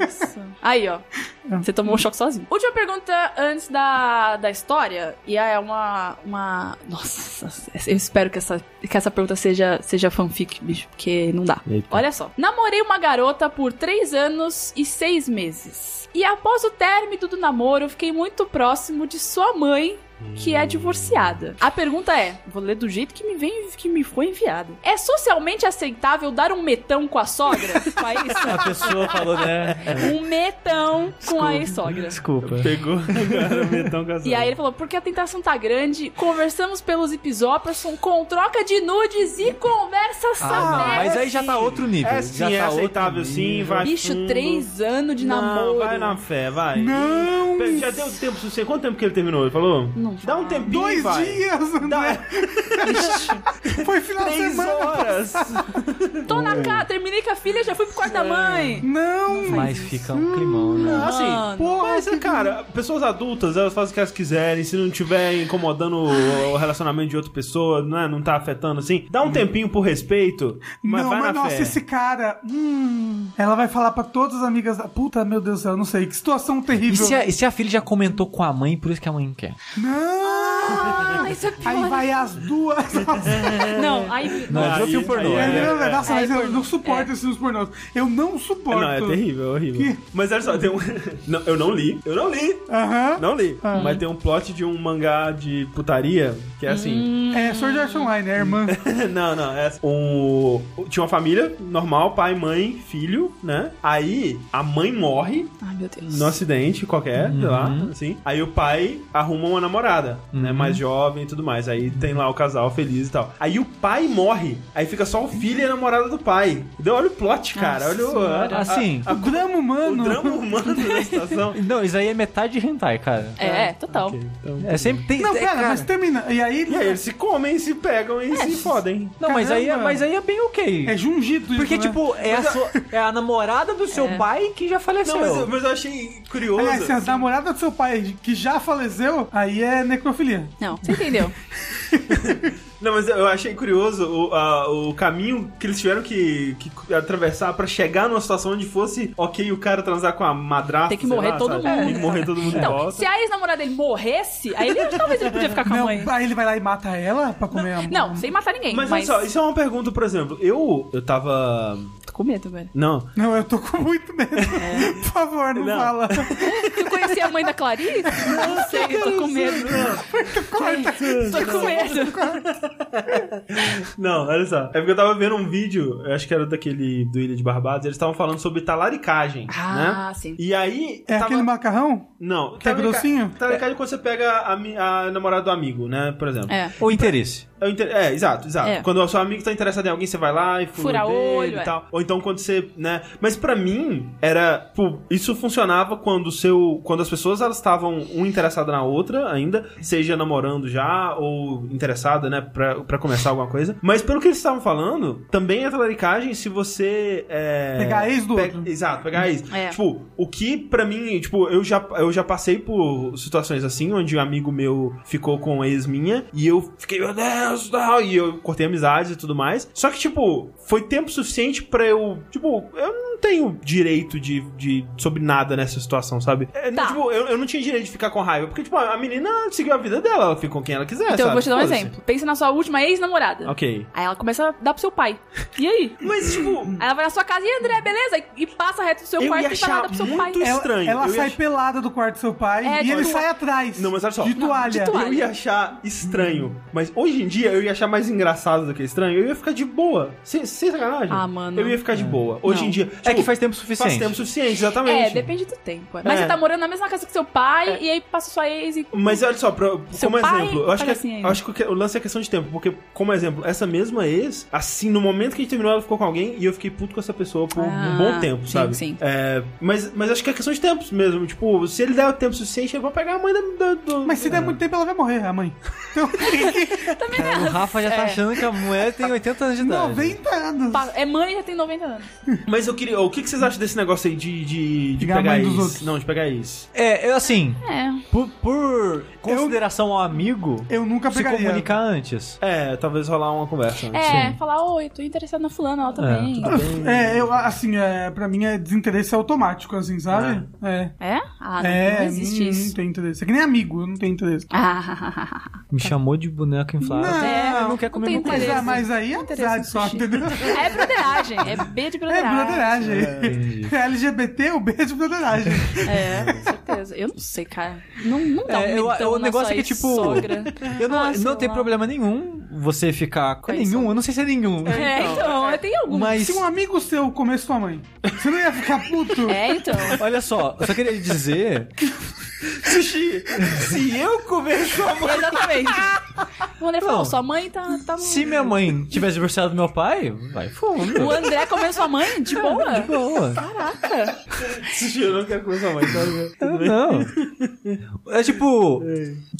S1: Nossa. Aí, ó.
S4: É.
S1: Você tomou um choque sozinho. Última pergunta antes da, da história. E é uma, uma. Nossa, eu espero que essa, que essa pergunta seja, seja fanfic, bicho, porque não dá.
S2: Eita.
S1: Olha só. Namorei uma garota por três anos e seis meses. E após o término do namoro, fiquei muito próximo de sua mãe, que
S2: Hum.
S1: é divorciada. A pergunta é: vou ler do jeito que me vem, que me foi enviada. É socialmente aceitável dar um metão com a sogra do país?
S3: A pessoa
S1: <laughs>
S3: falou, né?
S1: Um metão com a ex-sogra.
S3: Desculpa.
S2: Pegou cara, o metão casado.
S1: E aí ele falou, porque a tentação tá grande, conversamos pelos episódios com troca de nudes e conversa
S3: Ah, não,
S1: sabe?
S3: mas aí já tá outro nível.
S2: É sim,
S3: já
S2: é
S3: tá outro
S2: aceitável
S3: nível.
S2: sim, vai
S1: Bicho,
S2: fundo.
S1: três anos de
S2: Não,
S1: namoro.
S2: vai na fé, vai.
S4: Não!
S2: Pe- Já deu tempo, você... Quanto tempo que ele terminou? Ele falou?
S1: Não
S2: Dá um tempinho,
S4: Dois
S2: vai.
S4: dias, André.
S2: <laughs> Dá
S4: Foi final de
S2: três
S4: semana.
S2: horas.
S1: Tô na casa, terminei com a filha, já fui pro quarto da mãe.
S4: Não!
S3: Mas fica um climão, né?
S2: Assim,
S1: Mano.
S2: porra, mas, cara, pessoas adultas, elas fazem o que elas quiserem. Se não estiver incomodando o- o relacionamento de outra pessoa, né, não tá afetando assim, dá um tempinho por respeito, mas
S4: não,
S2: vai
S4: mas
S2: na
S4: nossa,
S2: fé.
S4: esse cara. Hum, ela vai falar pra todas as amigas da. Puta, meu Deus do céu, eu não sei. Que situação
S3: E
S4: terrível.
S3: se, a, e se a filha já comentou com a mãe, por isso que a mãe quer?
S4: Não!
S1: Ah, isso é pior.
S4: Aí vai
S2: <laughs>
S4: as duas.
S2: É.
S1: Não, aí...
S3: Não,
S2: Aí-
S3: é filme pornô.
S2: aí-
S4: É,
S3: né?
S4: não, é, Nossa,
S1: é.
S4: mas
S1: É,
S4: eu
S1: pornô.
S4: não suporto
S1: É.
S4: esses pornôs. Eu não suporto.
S2: Não, é terrível, é horrível. Mas olha só, tem um. <laughs> Não, eu não li, eu não li,
S4: Aham.
S2: não li. Mas tem um plot de um mangá de putaria que é assim.
S3: Hum.
S4: É Sword Art Online, é a irmã.
S2: <laughs> não, não. É um, tinha uma família normal, pai, mãe, filho, né? Aí a mãe morre
S1: Ai, meu Deus.
S2: no acidente qualquer, sei lá, assim. Aí o pai arruma uma namorada, né? Mais jovem e tudo mais. Aí tem lá o casal feliz e tal. Aí o pai morre. Aí fica só o filho e a namorada do pai. Entendeu? Olha o plot, cara. Olha o. a- a-
S3: Assim,
S4: O drama
S2: o
S4: humano.
S2: drama humano da situação.
S1: <laughs>
S3: não, isso aí é metade de hentai, cara.
S1: É, total.
S2: Ok, então-
S3: É sempre tem.
S4: Não,
S3: é,
S4: pera,
S3: cara,
S4: mas termina. E aí.
S2: E aí eles se comem, se pegam e É, se fodem.
S3: não, mas aí, é-
S4: Caramba.
S3: mas aí é bem ok.
S4: É jungido isso,
S3: Porque,
S4: né?
S3: tipo, é a, sua- é a namorada do seu pai que já faleceu.
S2: É. Não, mas eu, mas eu achei curioso.
S4: Aliás, se a namorada do É, seu pai que já faleceu, aí é necrofilia.
S1: Não, você entendeu.
S2: Não, mas eu achei curioso o, a- o caminho que eles tiveram que, que atravessar pra chegar numa situação onde fosse ok o cara transar com a madrasta.
S1: Tem que
S2: sei
S1: morrer
S2: lá,
S1: todo
S2: sabe?
S1: mundo.
S2: Tem que morrer todo mundo em
S1: Então,
S2: volta.
S1: se a ex-namorada dele morresse, aí ele, talvez ele podia ficar com a
S4: Não,
S1: mãe.
S4: aí ele vai lá e mata ela pra comer a
S1: Não, sem matar ninguém,
S2: Mas,
S1: mas...
S2: olha só, isso é uma pergunta, por exemplo. Eu, eu tava.
S1: Tô com medo, velho.
S2: Não.
S4: Não, eu tô com muito medo.
S1: É.
S4: Por favor, não,
S2: Não.
S4: fala.
S1: Eu conheci a mãe da Clarice? Não sei, eu tô com medo. Tô com medo.
S2: Não, olha só. É porque eu tava vendo um vídeo, eu acho que era daquele do Ilha de Barbados, eles estavam falando sobre talaricagem.
S1: Ah,
S2: né?
S1: sim.
S2: E aí.
S4: É
S2: tava-
S4: aquele macarrão?
S2: Não,
S4: Que é grossinho?
S2: Talaricagem é quando você pega a, mi- a namorada do amigo, né? Por exemplo.
S1: É.
S3: Ou interesse.
S2: É, o inter- é, exato, exato.
S1: É.
S2: Quando o seu amigo tá interessado em alguém, você vai lá e fura,
S1: Fura
S2: o dedo
S1: olho,
S2: e
S1: é.
S2: tal. Ou então quando você, né? Mas pra mim era, pô, isso funcionava quando o seu, quando as pessoas elas estavam um interessada na outra ainda, seja namorando já ou interessada, né, Pra pra começar alguma coisa. Mas pelo que eles estavam falando, também é talaricagem se você é,
S4: Pegar a ex do outro.
S2: Exato, pegar a ex.
S1: É.
S2: Tipo, o que pra mim, tipo, eu já, eu já passei por situações assim, onde um amigo meu ficou com ex minha, e eu fiquei, meu Deus, tal, e eu cortei amizades e tudo mais. Só que, tipo, foi tempo suficiente pra eu, tipo, eu não tenho direito de, de sobre nada nessa situação, sabe? É,
S1: Tá.
S2: Tipo, eu, eu não tinha direito de ficar com raiva, porque, tipo, a menina seguiu a vida dela, ela ficou com quem ela quiser,
S1: Então eu
S2: sabe?
S1: vou te dar um
S2: Foda-se.
S1: exemplo. Pensa na sua última ex-namorada.
S2: Ok.
S1: Aí ela começa a dar pro seu pai. E aí?
S2: Mas, tipo,
S1: Aí ela vai na sua casa, e aí, André, beleza? E- E passa reto do seu
S2: Eu ia
S1: quarto e fala
S2: achar
S1: nada pro seu
S2: muito
S1: pai.
S2: estranho.
S4: Ela, ela
S2: eu ia
S4: sai
S2: ach-
S4: pelada do quarto do seu pai
S1: É,
S4: e
S1: de
S4: ele
S1: toalha.
S4: sai atrás.
S2: Não, mas olha só.
S4: De
S2: Não, de
S4: toalha.
S1: toalha.
S2: Eu ia achar estranho. Mas hoje em dia eu ia achar mais engraçado do que estranho. Eu ia ficar de boa. Sem, sem sacanagem.
S1: Ah, mano.
S2: Eu ia ficar de boa. Hoje
S1: Não.
S2: em dia.
S3: É
S2: tipo,
S3: que faz tempo suficiente.
S2: faz tempo suficiente,
S1: É,
S2: exatamente.
S1: depende do tempo. é. Mas
S2: É.
S1: você tá morando na mesma casa que seu pai,
S3: É.
S1: e aí passa sua ex e.
S2: Mas olha só, pra,
S1: Seu
S2: como
S1: pai
S2: exemplo, eu acho, que,
S1: faz assim ainda.
S2: eu acho que o lance é questão de tempo, porque, como exemplo, essa mesma ex, assim, no momento que a gente terminou, ela ficou com alguém e eu fiquei puto com essa pessoa por um
S1: Ah,
S2: bom tempo,
S1: sim,
S2: sabe?
S1: sim.
S2: É, mas, mas acho que é questão de tempos mesmo. Tipo, se ele der o tempo suficiente, ele vai pegar a mãe da, da- do.
S4: Mas se der muito tempo, ela vai morrer, a mãe. Então tem que-
S1: Também
S3: O
S1: é.
S3: Rafa já tá
S1: É.
S3: achando que a mulher tem 80 anos de idade.
S4: 90 anos.
S1: Pa- É mãe já tem 90 anos.
S2: Mas eu queria, o que, que vocês acham desse negócio aí de, de, de
S4: Pegar a
S2: pegar
S4: mãe dos
S2: isso?
S4: outros.
S2: Não, de pegar isso.
S3: É, eu assim,
S1: É.
S3: por, por consideração ao amigo,
S4: Eu nunca
S3: se
S4: pegaria.
S3: comunicar antes.
S2: É, talvez rolar uma conversa. né?
S1: É,
S3: Sim.
S1: falar, oi, tô interessado na fulana, ela também.
S4: É, eu, assim, é, pra mim é desinteresse automático, assim, sabe? É.
S1: É? Ah, não,
S4: é,
S1: não existe
S3: hum.
S4: não,
S1: isso.
S4: não tem interesse. É que nem amigo, eu não tenho interesse.
S1: Ah,
S3: Me chamou de boneca inflável.
S1: <laughs>
S4: Não,
S1: é,
S3: não quer comer
S1: tem
S3: meu cu.
S4: Mas,
S1: interesse.
S4: ah, mas aí é
S1: Não tem interesse
S4: amizade
S1: no
S4: só,
S1: sushi.
S4: entendeu?
S1: É broderagem, é B
S3: <laughs>
S1: de
S4: É
S1: broderagem.
S4: broderagem.
S3: entendi.
S4: É LGBT, o B
S2: <laughs>
S4: de broderagem.
S1: É, com certeza. Eu não sei, cara. Não, não dá um
S3: É, eu-
S1: medão
S3: o
S1: na
S3: negócio
S1: sua
S3: é que, tipo,
S1: sogra.
S3: Eu não,
S1: Ah, sei
S3: não tem
S1: lá.
S3: problema nenhum você ficar com
S1: Com
S3: nenhum,
S1: isso.
S3: eu não sei se <laughs> é nenhum.
S1: É, então, tem algum.
S3: Mas
S4: Se um amigo seu comer sua mãe, você não ia ficar puto?
S1: É,
S3: <laughs>
S1: então.
S3: olha só, eu só queria dizer,
S2: <laughs> Sushi, se eu comer sua mãe...
S1: Exatamente. O André falou,
S3: Não.
S1: sua mãe tá... tá no-
S3: <laughs> se minha mãe tivesse divorciado do meu pai, vai
S1: O
S3: fundo.
S1: André comeu sua mãe? De
S3: De
S1: boa?
S3: boa.
S2: Sushi, eu não quero comer sua mãe, tá?
S3: Eu Não. É tipo.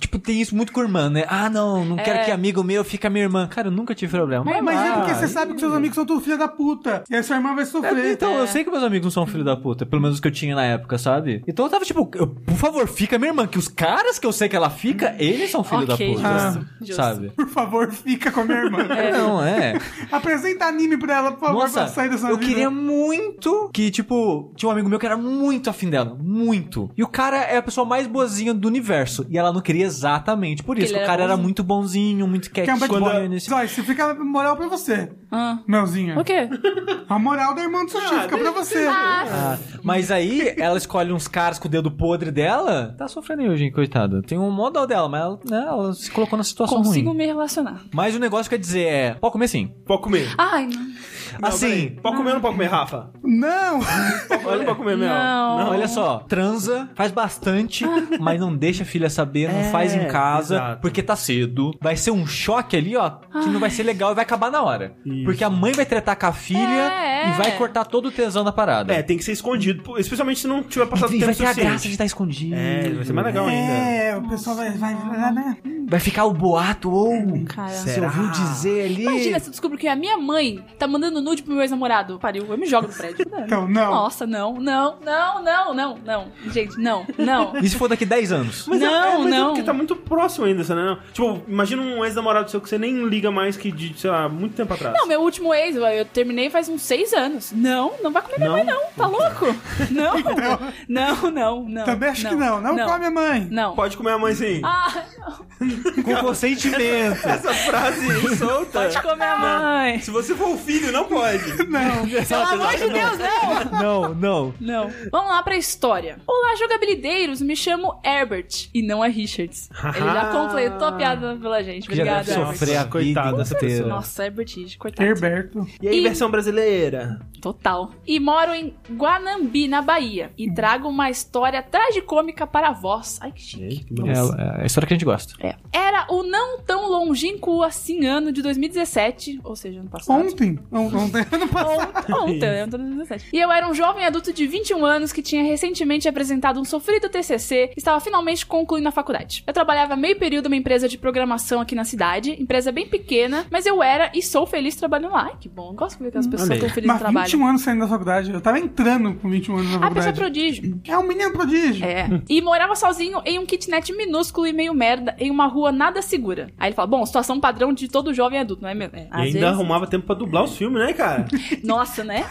S3: Tipo, tem isso muito com irmã, né? Ah, não, não quero
S1: É.
S3: que amigo meu fica minha irmã. Cara, eu nunca tive problema.
S4: Mas é
S3: Ah,
S4: porque você sabe que seus amigos são tudo filha da puta. E aí sua irmã vai
S1: é.
S4: sofrer.
S3: Então, eu sei que meus amigos não são filho da puta, pelo menos os que eu tinha na época, sabe? Então eu tava tipo, eu, por favor, fica minha irmã, que os caras que eu sei que ela fica, eles são filho
S1: Ok,
S3: da puta.
S1: justo, justo.
S3: Sabe?
S4: Por favor, fica com a minha irmã.
S3: Não, é.
S4: Apresenta anime pra ela, <laughs> por favor, pra ela
S3: Nossa,
S4: sair dessa
S3: eu
S4: vida.
S3: queria muito que, tipo, tinha um amigo meu que era muito afim dela. Muito. E o cara é a pessoa mais boazinha do universo. E ela não queria exatamente por isso.
S1: ele
S3: que o
S1: era
S3: cara era
S1: bonzinho.
S3: muito bonzinho, muito
S4: Que é um
S3: quietinho.
S4: bad boy.
S3: nesse-
S4: Zói, isso fica moral pra você,
S1: Ah.
S4: Melzinha.
S1: O quê?
S4: A moral da irmã do sushi fica pra você.
S3: Ah, mas aí ela escolhe uns caras com o dedo podre dela. Tá sofrendo aí hoje, hein, coitada. Tem um modal dela, mas ela, né, ela se colocou na situação
S1: Consigo
S3: ruim.
S1: me relacionar.
S3: Mas o negócio quer dizer é. Pode comer sim.
S2: Pode comer.
S1: Ai, não.
S2: Não,
S3: assim.
S2: peraí. Pode comer ou não pode comer, Rafa?
S4: Não!
S2: Pode comer ou não pode comer, Mel?
S1: Não.
S3: Olha só, transa, faz <laughs> bastante, mas não deixa a filha saber, não
S2: É,
S3: faz em casa,
S2: exato.
S3: porque tá cedo. Vai ser um choque ali, ó, que não vai ser legal e vai acabar na hora.
S2: Isso.
S3: Porque a mãe vai tretar com a filha
S1: É, é.
S3: e vai cortar todo o tesão da parada.
S2: É, tem que ser escondido, pô, especialmente se não tiver passado
S3: E
S2: tempo
S3: vai ter é a
S2: suficiente.
S3: graça de estar escondido.
S2: É, vai ser mais legal ainda.
S4: É, o pessoal vai, vai, vai, né?
S3: Vai ficar o boato, ou.
S1: Cara.
S3: Você ouviu dizer ali.
S1: Imagina se eu descubro que a minha mãe tá mandando nude pro meu ex-namorado. Pariu, eu me jogo do prédio.
S4: <laughs> Então, não.
S1: Nossa, não, não, não, não, não, não. Gente, não, não.
S3: E se for daqui
S2: <laughs>
S3: 10 anos?
S2: Mas é-
S1: Não,
S2: é, mas é
S1: não.
S2: porque tá muito próximo ainda, você não. Tipo, imagina um ex-namorado seu que você nem liga mais que de, sei lá, muito tempo atrás.
S1: Não, meu último ex, eu- eu terminei faz uns seis anos. Não, não vai comer minha
S2: Não?
S1: mãe, não. Tá louco?
S4: <laughs>
S1: Não, não, não, não.
S4: Então, Também acho que não. Não, come a mãe.
S1: Não.
S2: Pode comer a mãe sim.
S1: Ah, <laughs>
S3: Com consentimento.
S2: Essa frase solta.
S1: pode comer
S4: Ah.
S1: a mãe.
S2: Se você for o filho, não pode.
S4: Né?
S1: Pelo amor de Deus, não.
S3: Não, não.
S1: Não. Vamos lá pra história. Olá, jogabilideiros. Me chamo Herbert. E não é Richards. Ele já completou a piada pela gente.
S3: Que já deve
S1: Obrigada. Herbert.
S3: sofrer a vida
S2: Coitada dessa
S3: inteira.
S1: Nossa, Herbert, coitado.
S4: Herberto.
S2: E aí,
S1: E-
S2: versão brasileira?
S1: Total. E moro em Guanambi, na Bahia. E trago uma história tragicômica para vós. Ai, que chique. Nossa.
S3: É, é a história que a gente gosta.
S1: É. Era o não tão longínquo assim ano de 2017, ou seja, ano passado.
S4: Ontem. On- Ontem, ano passado.
S1: Ont-
S2: <laughs>
S1: Ontem, né? Ontem, 2017. E eu era um jovem adulto de 21 anos que tinha recentemente apresentado um sofrido TCC e estava finalmente concluindo a faculdade. Eu trabalhava meio período numa empresa de programação aqui na cidade, empresa bem pequena, mas eu era e sou feliz trabalhando lá. Ai, que bom. Gosto de ver que as pessoas
S2: Amei.
S1: estão felizes no
S4: Mas
S1: trabalho.
S4: 21 anos saindo da faculdade. Eu tava entrando com 21 anos na
S1: A pessoa é
S4: faculdade.
S1: prodígio.
S4: É um menino prodígio.
S1: É. E morava sozinho em um kitnet minúsculo e meio merda, em uma rua nada segura. Aí ele fala: Bom, situação padrão de todo jovem adulto, não é mesmo? É,
S2: E ainda arrumava tempo pra dublar os filmes, né,
S3: <laughs>
S2: cara?
S1: Nossa, né?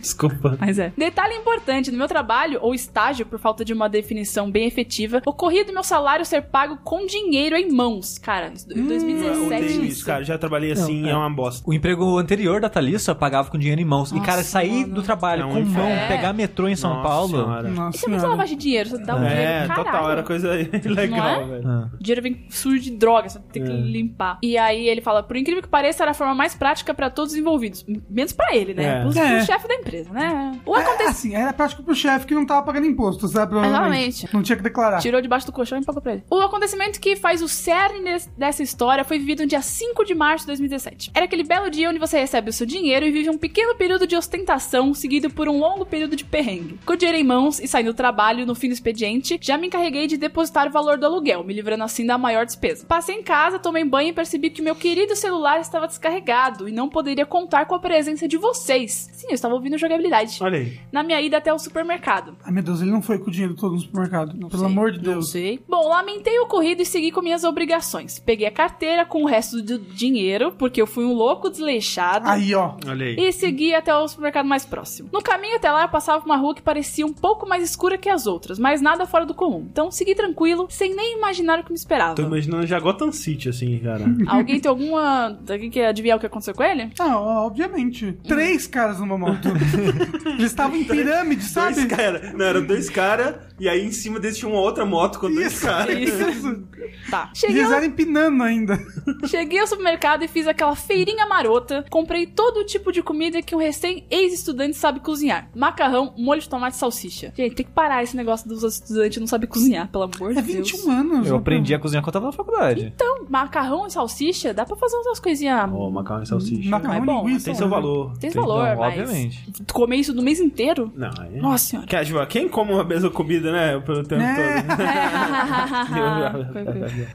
S2: Desculpa.
S1: Mas é. Detalhe importante: no meu trabalho, ou estágio, por falta de uma definição bem efetiva, ocorria do meu salário ser pago com dinheiro em mãos. Cara, isso em
S2: Hum, Eu odeio
S1: 2017.
S2: isso, cara. Já trabalhei assim
S3: Não,
S2: e é uma bosta.
S3: O emprego anterior da Thalissa pagava com dinheiro em mãos. e,
S1: Nossa,
S3: cara, sair
S1: mano.
S3: do trabalho
S2: É um
S3: com mão,
S1: inferno.
S3: pegar metrô em São
S2: Nossa
S3: Paulo.
S2: senhora.
S4: Nossa
S1: Isso é muito
S4: senhora.
S1: lavagem de dinheiro, você dá um
S2: É,
S1: dinheiro. Caralho.
S2: total, era coisa <laughs> legal,
S1: Não é?
S2: velho.
S3: Ah.
S1: O dinheiro vem sujo de droga, você tem que
S2: É.
S1: limpar. E aí ele fala: por incrível que pareça, era a forma mais prática pra todos os envolvidos. Menos pra ele, né?
S2: É.
S1: Pro, pro
S4: É.
S1: chefe da empresa, né? O
S4: É,
S1: aconteceu.
S4: assim, era prático pro chefe que não tava pagando imposto, sabe? Provavelmente.
S1: Exatamente.
S4: Não tinha que declarar.
S1: Tirou debaixo do colchão e pagou pra ele. O acontecimento que faz o cerne des- dessa história foi vivido no dia 5 de março de 2017. Era aquele belo dia onde você recebe o seu dinheiro e vive um pequeno período de ostentação, seguido por um longo período de perrengue. Com o dinheiro em mãos e saindo do trabalho no fim do expediente, já me encarreguei de depositar o valor do aluguel, me livrando assim da maior despesa. Passei em casa, tomei banho e percebi que meu querido celular estava descarregado e não poderia contar com a presença de vocês. Sim, eu estava ouvindo jogabilidade.
S2: Olha aí.
S1: Na minha ida até o supermercado.
S4: Ai, meu Deus, ele não foi com o dinheiro todo no supermercado. Pelo
S1: sei,
S4: amor de
S1: Não
S4: Deus.
S1: sei. Bom, lamentei o ocorrido e segui com minhas obrigações. Peguei a carteira com o resto do dinheiro, porque eu fui um louco desleixado.
S4: Aí, ó.
S2: Olha aí.
S1: E segui até o supermercado mais próximo. No caminho até lá, eu passava por uma rua que parecia um pouco mais escura que as outras, mas nada fora do comum. Então segui tranquilo, sem nem imaginar o que me esperava.
S2: Tô imaginando já Gotham City, assim, cara.
S1: Alguém tem alguma. Alguém quer adivinhar o que aconteceu com ele?
S4: Ah, ó, obviamente. Três caras numa
S2: <laughs>
S4: moto. Eles estavam em pirâmide, sabe?
S2: Dois caras. Não, eram dois caras, e aí em cima deles tinha uma outra moto com dois caras.
S4: Isso.
S1: Tá. Cheguei,
S4: Eles
S1: ao,
S4: eram empinando ainda.
S1: cheguei ao supermercado e fiz aquela feirinha marota. Comprei todo tipo de comida que um recém-ex-estudante sabe cozinhar: macarrão, molho de tomate e salsicha. Gente, tem que parar esse negócio dos estudantes não saber cozinhar, pelo amor
S4: É
S1: de Deus.
S4: 21 anos.
S3: Eu
S4: né?
S3: aprendi a cozinhar quando eu tava na faculdade.
S1: Então, macarrão e salsicha, dá pra fazer umas coisinhas.
S2: Ó, macarrão e salsicha.
S4: Macarrão
S1: Mas, é bom,
S4: linguiça. né?
S2: Tem seu
S1: né?
S2: valor.
S1: Tem
S3: Então,
S1: valor, mas.
S3: Obviamente.
S1: comer isso do mês inteiro?
S2: Não, é.
S1: Nossa senhora.
S2: Casual, quem come uma mesma comida, né? Pelo tempo
S4: É.
S2: todo. <laughs>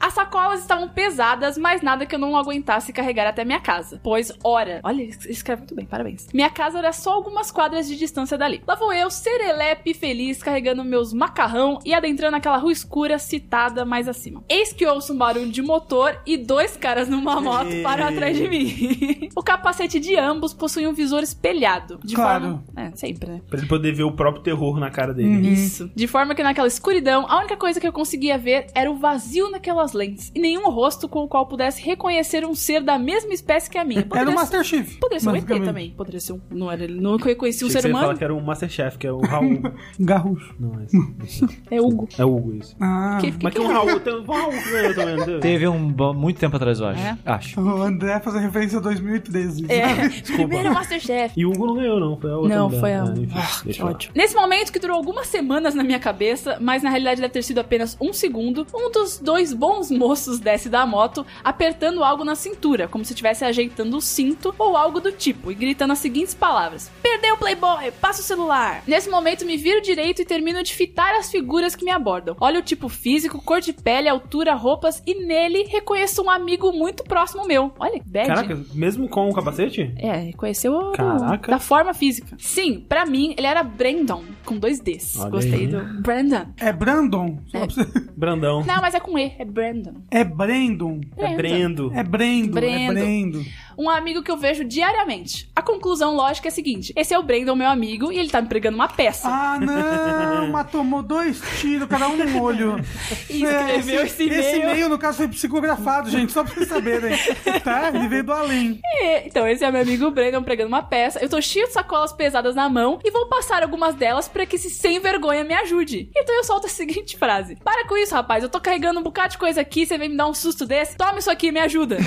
S1: <laughs> As sacolas estavam pesadas, mas nada que eu não aguentasse carregar até minha casa. Pois, ora. Olha, ele escreve muito bem, parabéns. Minha casa era só algumas quadras de distância dali. Lá vou eu, serelepe feliz, carregando meus macarrão e adentrando aquela rua escura citada mais acima. Eis que ouço um barulho de motor e dois caras numa moto
S2: Ei.
S1: param atrás de mim. <laughs> o capacete de ambos possui um visor espelhado. De
S4: Claro.
S1: forma. É, sempre, né?
S2: Pra ele poder ver o próprio terror na cara
S1: Uhum.
S2: dele.
S1: Isso. De forma que naquela escuridão, a única coisa que eu conseguia ver era o vazio naquelas lentes e nenhum rosto com o qual pudesse reconhecer um ser da mesma espécie que a minha.
S4: Era o
S1: ser-
S4: Master Chief.
S1: Poderia ser um ET
S4: basicamente.
S1: também. Poderia ser um. Não era, ele não reconhecia um
S2: Achei
S1: ser
S2: que você ia falar
S1: humano.
S2: que era o Masterchef, que é o
S1: <laughs>
S2: Raul.
S4: Garrucho.
S2: Não, é esse.
S1: É Hugo.
S2: É o Hugo, isso.
S4: Ah.
S1: Que- que- é
S2: Mas tem um Raul, tem um Raul que ganhou também, não teve?
S3: Teve um bo- muito tempo atrás, eu acho.
S1: É?
S3: Acho.
S4: O André faz a referência a 2013.
S1: É,
S2: Desculpa.
S1: primeiro Masterchef.
S2: E o Hugo não ganhou, não. Foi a outra
S1: Não,
S2: mulher.
S1: foi a-
S2: Ah, enfim,
S1: Ah,
S2: deixa
S1: que
S2: lá.
S1: ódio. Nesse momento, que durou algumas semanas na minha cabeça, mas na realidade deve ter sido apenas um segundo, um dos dois bons moços desce da moto, apertando algo na cintura, como se estivesse ajeitando o cinto ou algo do tipo, e gritando as seguintes palavras: Perdeu o Playboy, passa o celular. Nesse momento, me viro direito e termino de fitar as figuras que me abordam. Olho o tipo físico, cor de pele, altura, roupas, e nele reconheço um amigo muito próximo meu. Olha, bad.
S2: Caraca, mesmo com o capacete?
S1: É, reconheceu o-
S2: Caraca.
S1: da forma física. Sim, pra mim ele era Brandon, com dois Ds.
S2: Olha
S1: Gostei
S2: aí.
S1: do Brandon.
S4: É Brandon. Só
S1: É.
S4: pra você-
S2: Brandão.
S1: Não, mas é com E, é Brandon.
S4: É Brandon.
S1: então.
S2: É Brendo.
S4: É Brendo. É
S1: Brendo.
S4: Brendo.
S1: Um amigo que eu vejo diariamente. A conclusão lógica é a seguinte: esse é o Brandon, meu amigo, e ele tá me pregando uma peça.
S4: Ah,
S2: <laughs>
S4: não! Mas tomou dois tiros, cada um no olho.
S1: <laughs> E escreveu esse e-mail.
S4: Esse e-mail, no caso, foi psicografado, gente, só pra
S1: <laughs>
S4: vocês saberem. Tá? Ele veio do além.
S1: E- Então, esse é meu amigo Brandon pregando uma peça. Eu tô cheio de sacolas pesadas na mão e vou passar algumas delas pra que esse sem vergonha me ajude. Então eu solto a <laughs> seguinte frase: Para com isso, rapaz, eu tô carregando um bocado de coisa aqui, você vem me dar um susto desse? Toma isso aqui e me ajuda.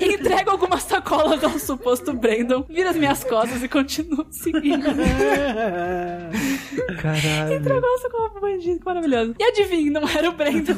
S1: e entrego algumas sacolas ao suposto Brandon, vira as minhas costas e continuo seguindo.
S3: Caralho.
S1: Entregou a sacola pro bandido, que maravilhoso. E adivinha, não era o Brandon.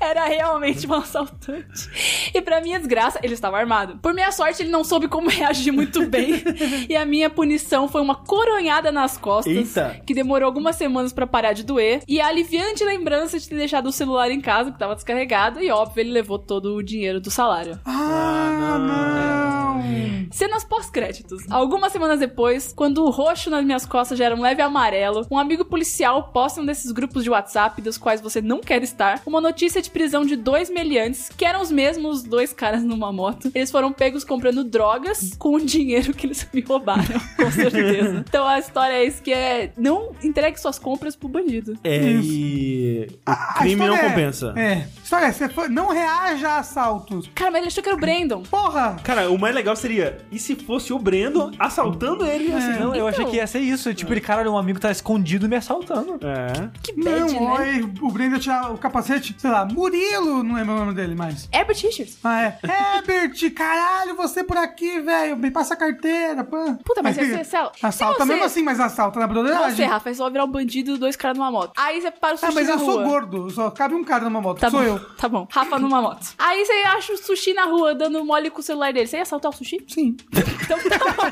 S1: era realmente um assaltante. E pra minha desgraça, ele estava armado. Por minha sorte, ele não soube como reagir muito bem. e a minha punição foi uma coronhada nas costas.
S2: Eita.
S1: Que demorou algumas semanas pra parar de doer. E a aliviante lembrança de ter deixado o celular em casa, que tava descarregado. E óbvio, ele levou todo o dinheiro do salário.
S4: Ah, não!
S1: Cenas pós-créditos. Algumas semanas depois, quando o roxo nas minhas costas já era um leve amarelo, um amigo policial posta em um desses grupos de WhatsApp dos quais você não quer estar uma notícia de prisão de dois meliantes que eram os mesmos dois caras numa moto. Eles foram pegos comprando drogas com o dinheiro que eles me roubaram, <laughs> com certeza. então a história é isso que é não entregue suas compras pro bandido.
S2: É,
S4: Isso.
S2: e. O
S4: A- a
S2: crime não
S4: história é-
S2: compensa.
S4: É. História, é, você foi, não reaja a assaltos.
S1: Cara, mas ele achou que era o Brandon.
S4: Porra!
S2: Cara, o mais legal seria, e se fosse o Brendo assaltando
S1: É.
S2: ele? Assim,
S3: Tipo Não, eu achei que
S1: Então.
S3: ia ser isso. Tipo, ele, caralho, um amigo tá escondido me assaltando.
S2: É.
S1: Que bad,
S4: Não,
S1: né?
S4: oi, o Brendo ia tirar o capacete, sei lá, Murilo, não lembro o nome dele mais.
S1: Herbert Richards.
S4: Ah, é. Herbert, caralho, você por aqui, velho. Me passa a carteira, pã.
S1: Puta, mas você- você- é
S4: Assalta
S1: se você-
S4: mesmo assim, mas assalta na
S1: Você,
S4: broderagem.
S1: Rafa, é só virar um bandido e dois caras numa moto. Aí você para o
S4: Ah,
S1: sushi
S4: mas
S1: na
S4: eu
S1: rua.
S4: sou gordo, só cabe um cara numa moto.
S1: Tá
S4: sou
S1: bom,
S4: eu.
S1: tá bom. Rafa numa moto. Aí você acha o sushi na rua dando mole com o celular dele. Você ia assaltar o sushi?
S4: Sim.
S1: Então tá bom.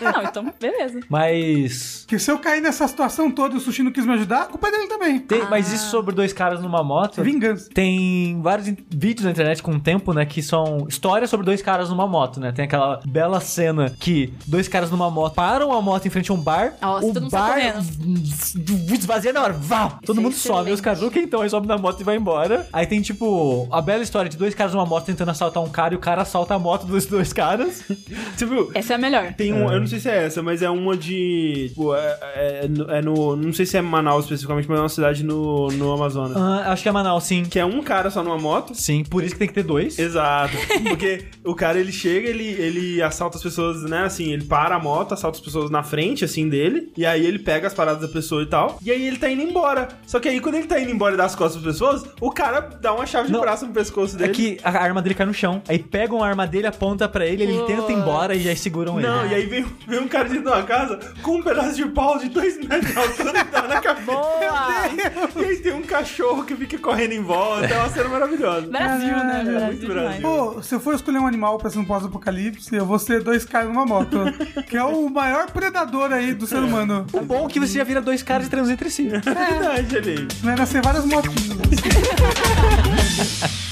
S1: Não, então beleza.
S3: Mas.
S4: Porque se eu cair nessa situação toda e o sushi não quis me ajudar, a culpa é dele também. É
S3: tem- Mas
S1: Ah.
S3: isso sobre dois caras numa moto.
S4: Vingança.
S3: Tem vários in- vídeos na internet com o tempo, né? Que são histórias sobre dois caras numa moto, né? Tem aquela bela cena que dois caras numa moto param a moto em frente a um bar.
S1: Nossa,
S3: o
S1: todo mundo sai
S3: bar
S1: correndo.
S3: esvazia na hora. Vá! Todo
S1: é
S3: mundo some.
S1: excelente.
S3: Os caras, o que então? Aí sobe na moto e vai embora. Aí tem, tipo, a bela história de dois caras numa moto tentando assaltar um cara e o cara assalta a moto dos
S1: <laughs>
S3: dois caras.
S2: Você viu?
S1: Essa é a melhor.
S2: Tem um, eu não sei se é essa, mas é uma de. Tipo, é, é no, é no- Não sei se é Manaus especificamente, mas é uma cidade no, no Amazonas.
S3: Ah, acho que é Manaus, sim.
S2: Que é um cara só numa moto.
S3: Sim, por isso que tem que ter dois.
S2: Exato. Porque o cara ele chega, ele, ele assalta as pessoas, né? Assim, ele para a moto, assalta as pessoas na frente, assim, dele. E aí ele pega as paradas da pessoa e tal. E aí ele tá indo embora. Só que aí quando ele tá indo embora e dá as costas pras pessoas, o cara dá uma chave de
S3: Não.
S2: braço no pescoço
S3: É
S2: dele.
S3: que a arma dele cai no chão. Aí pegam a arma dele, aponta pra ele, ele
S1: Putz.
S3: tenta ir embora e aí seguram
S2: Não,
S3: ele. é.
S2: e aí vem, vem um cara dentro de uma casa com um pedaço de pau de dois metros de altura que tá na cabeça. Meu Deus! E aí tem um cachorro que fica correndo em volta. É uma cena maravilhosa.
S1: Brasil, né?
S2: Caralho, é muito
S1: Brasil, demais.
S2: Brasil.
S4: Pô, se eu for escolher um animal pra ser um pós-apocalipse, eu vou ser dois caras numa moto. <laughs> que é o maior predador aí do ser humano.
S3: O bom é que você já vira dois caras e transa entre si.
S2: É verdade, ali.
S4: Vai nascer várias motinhas.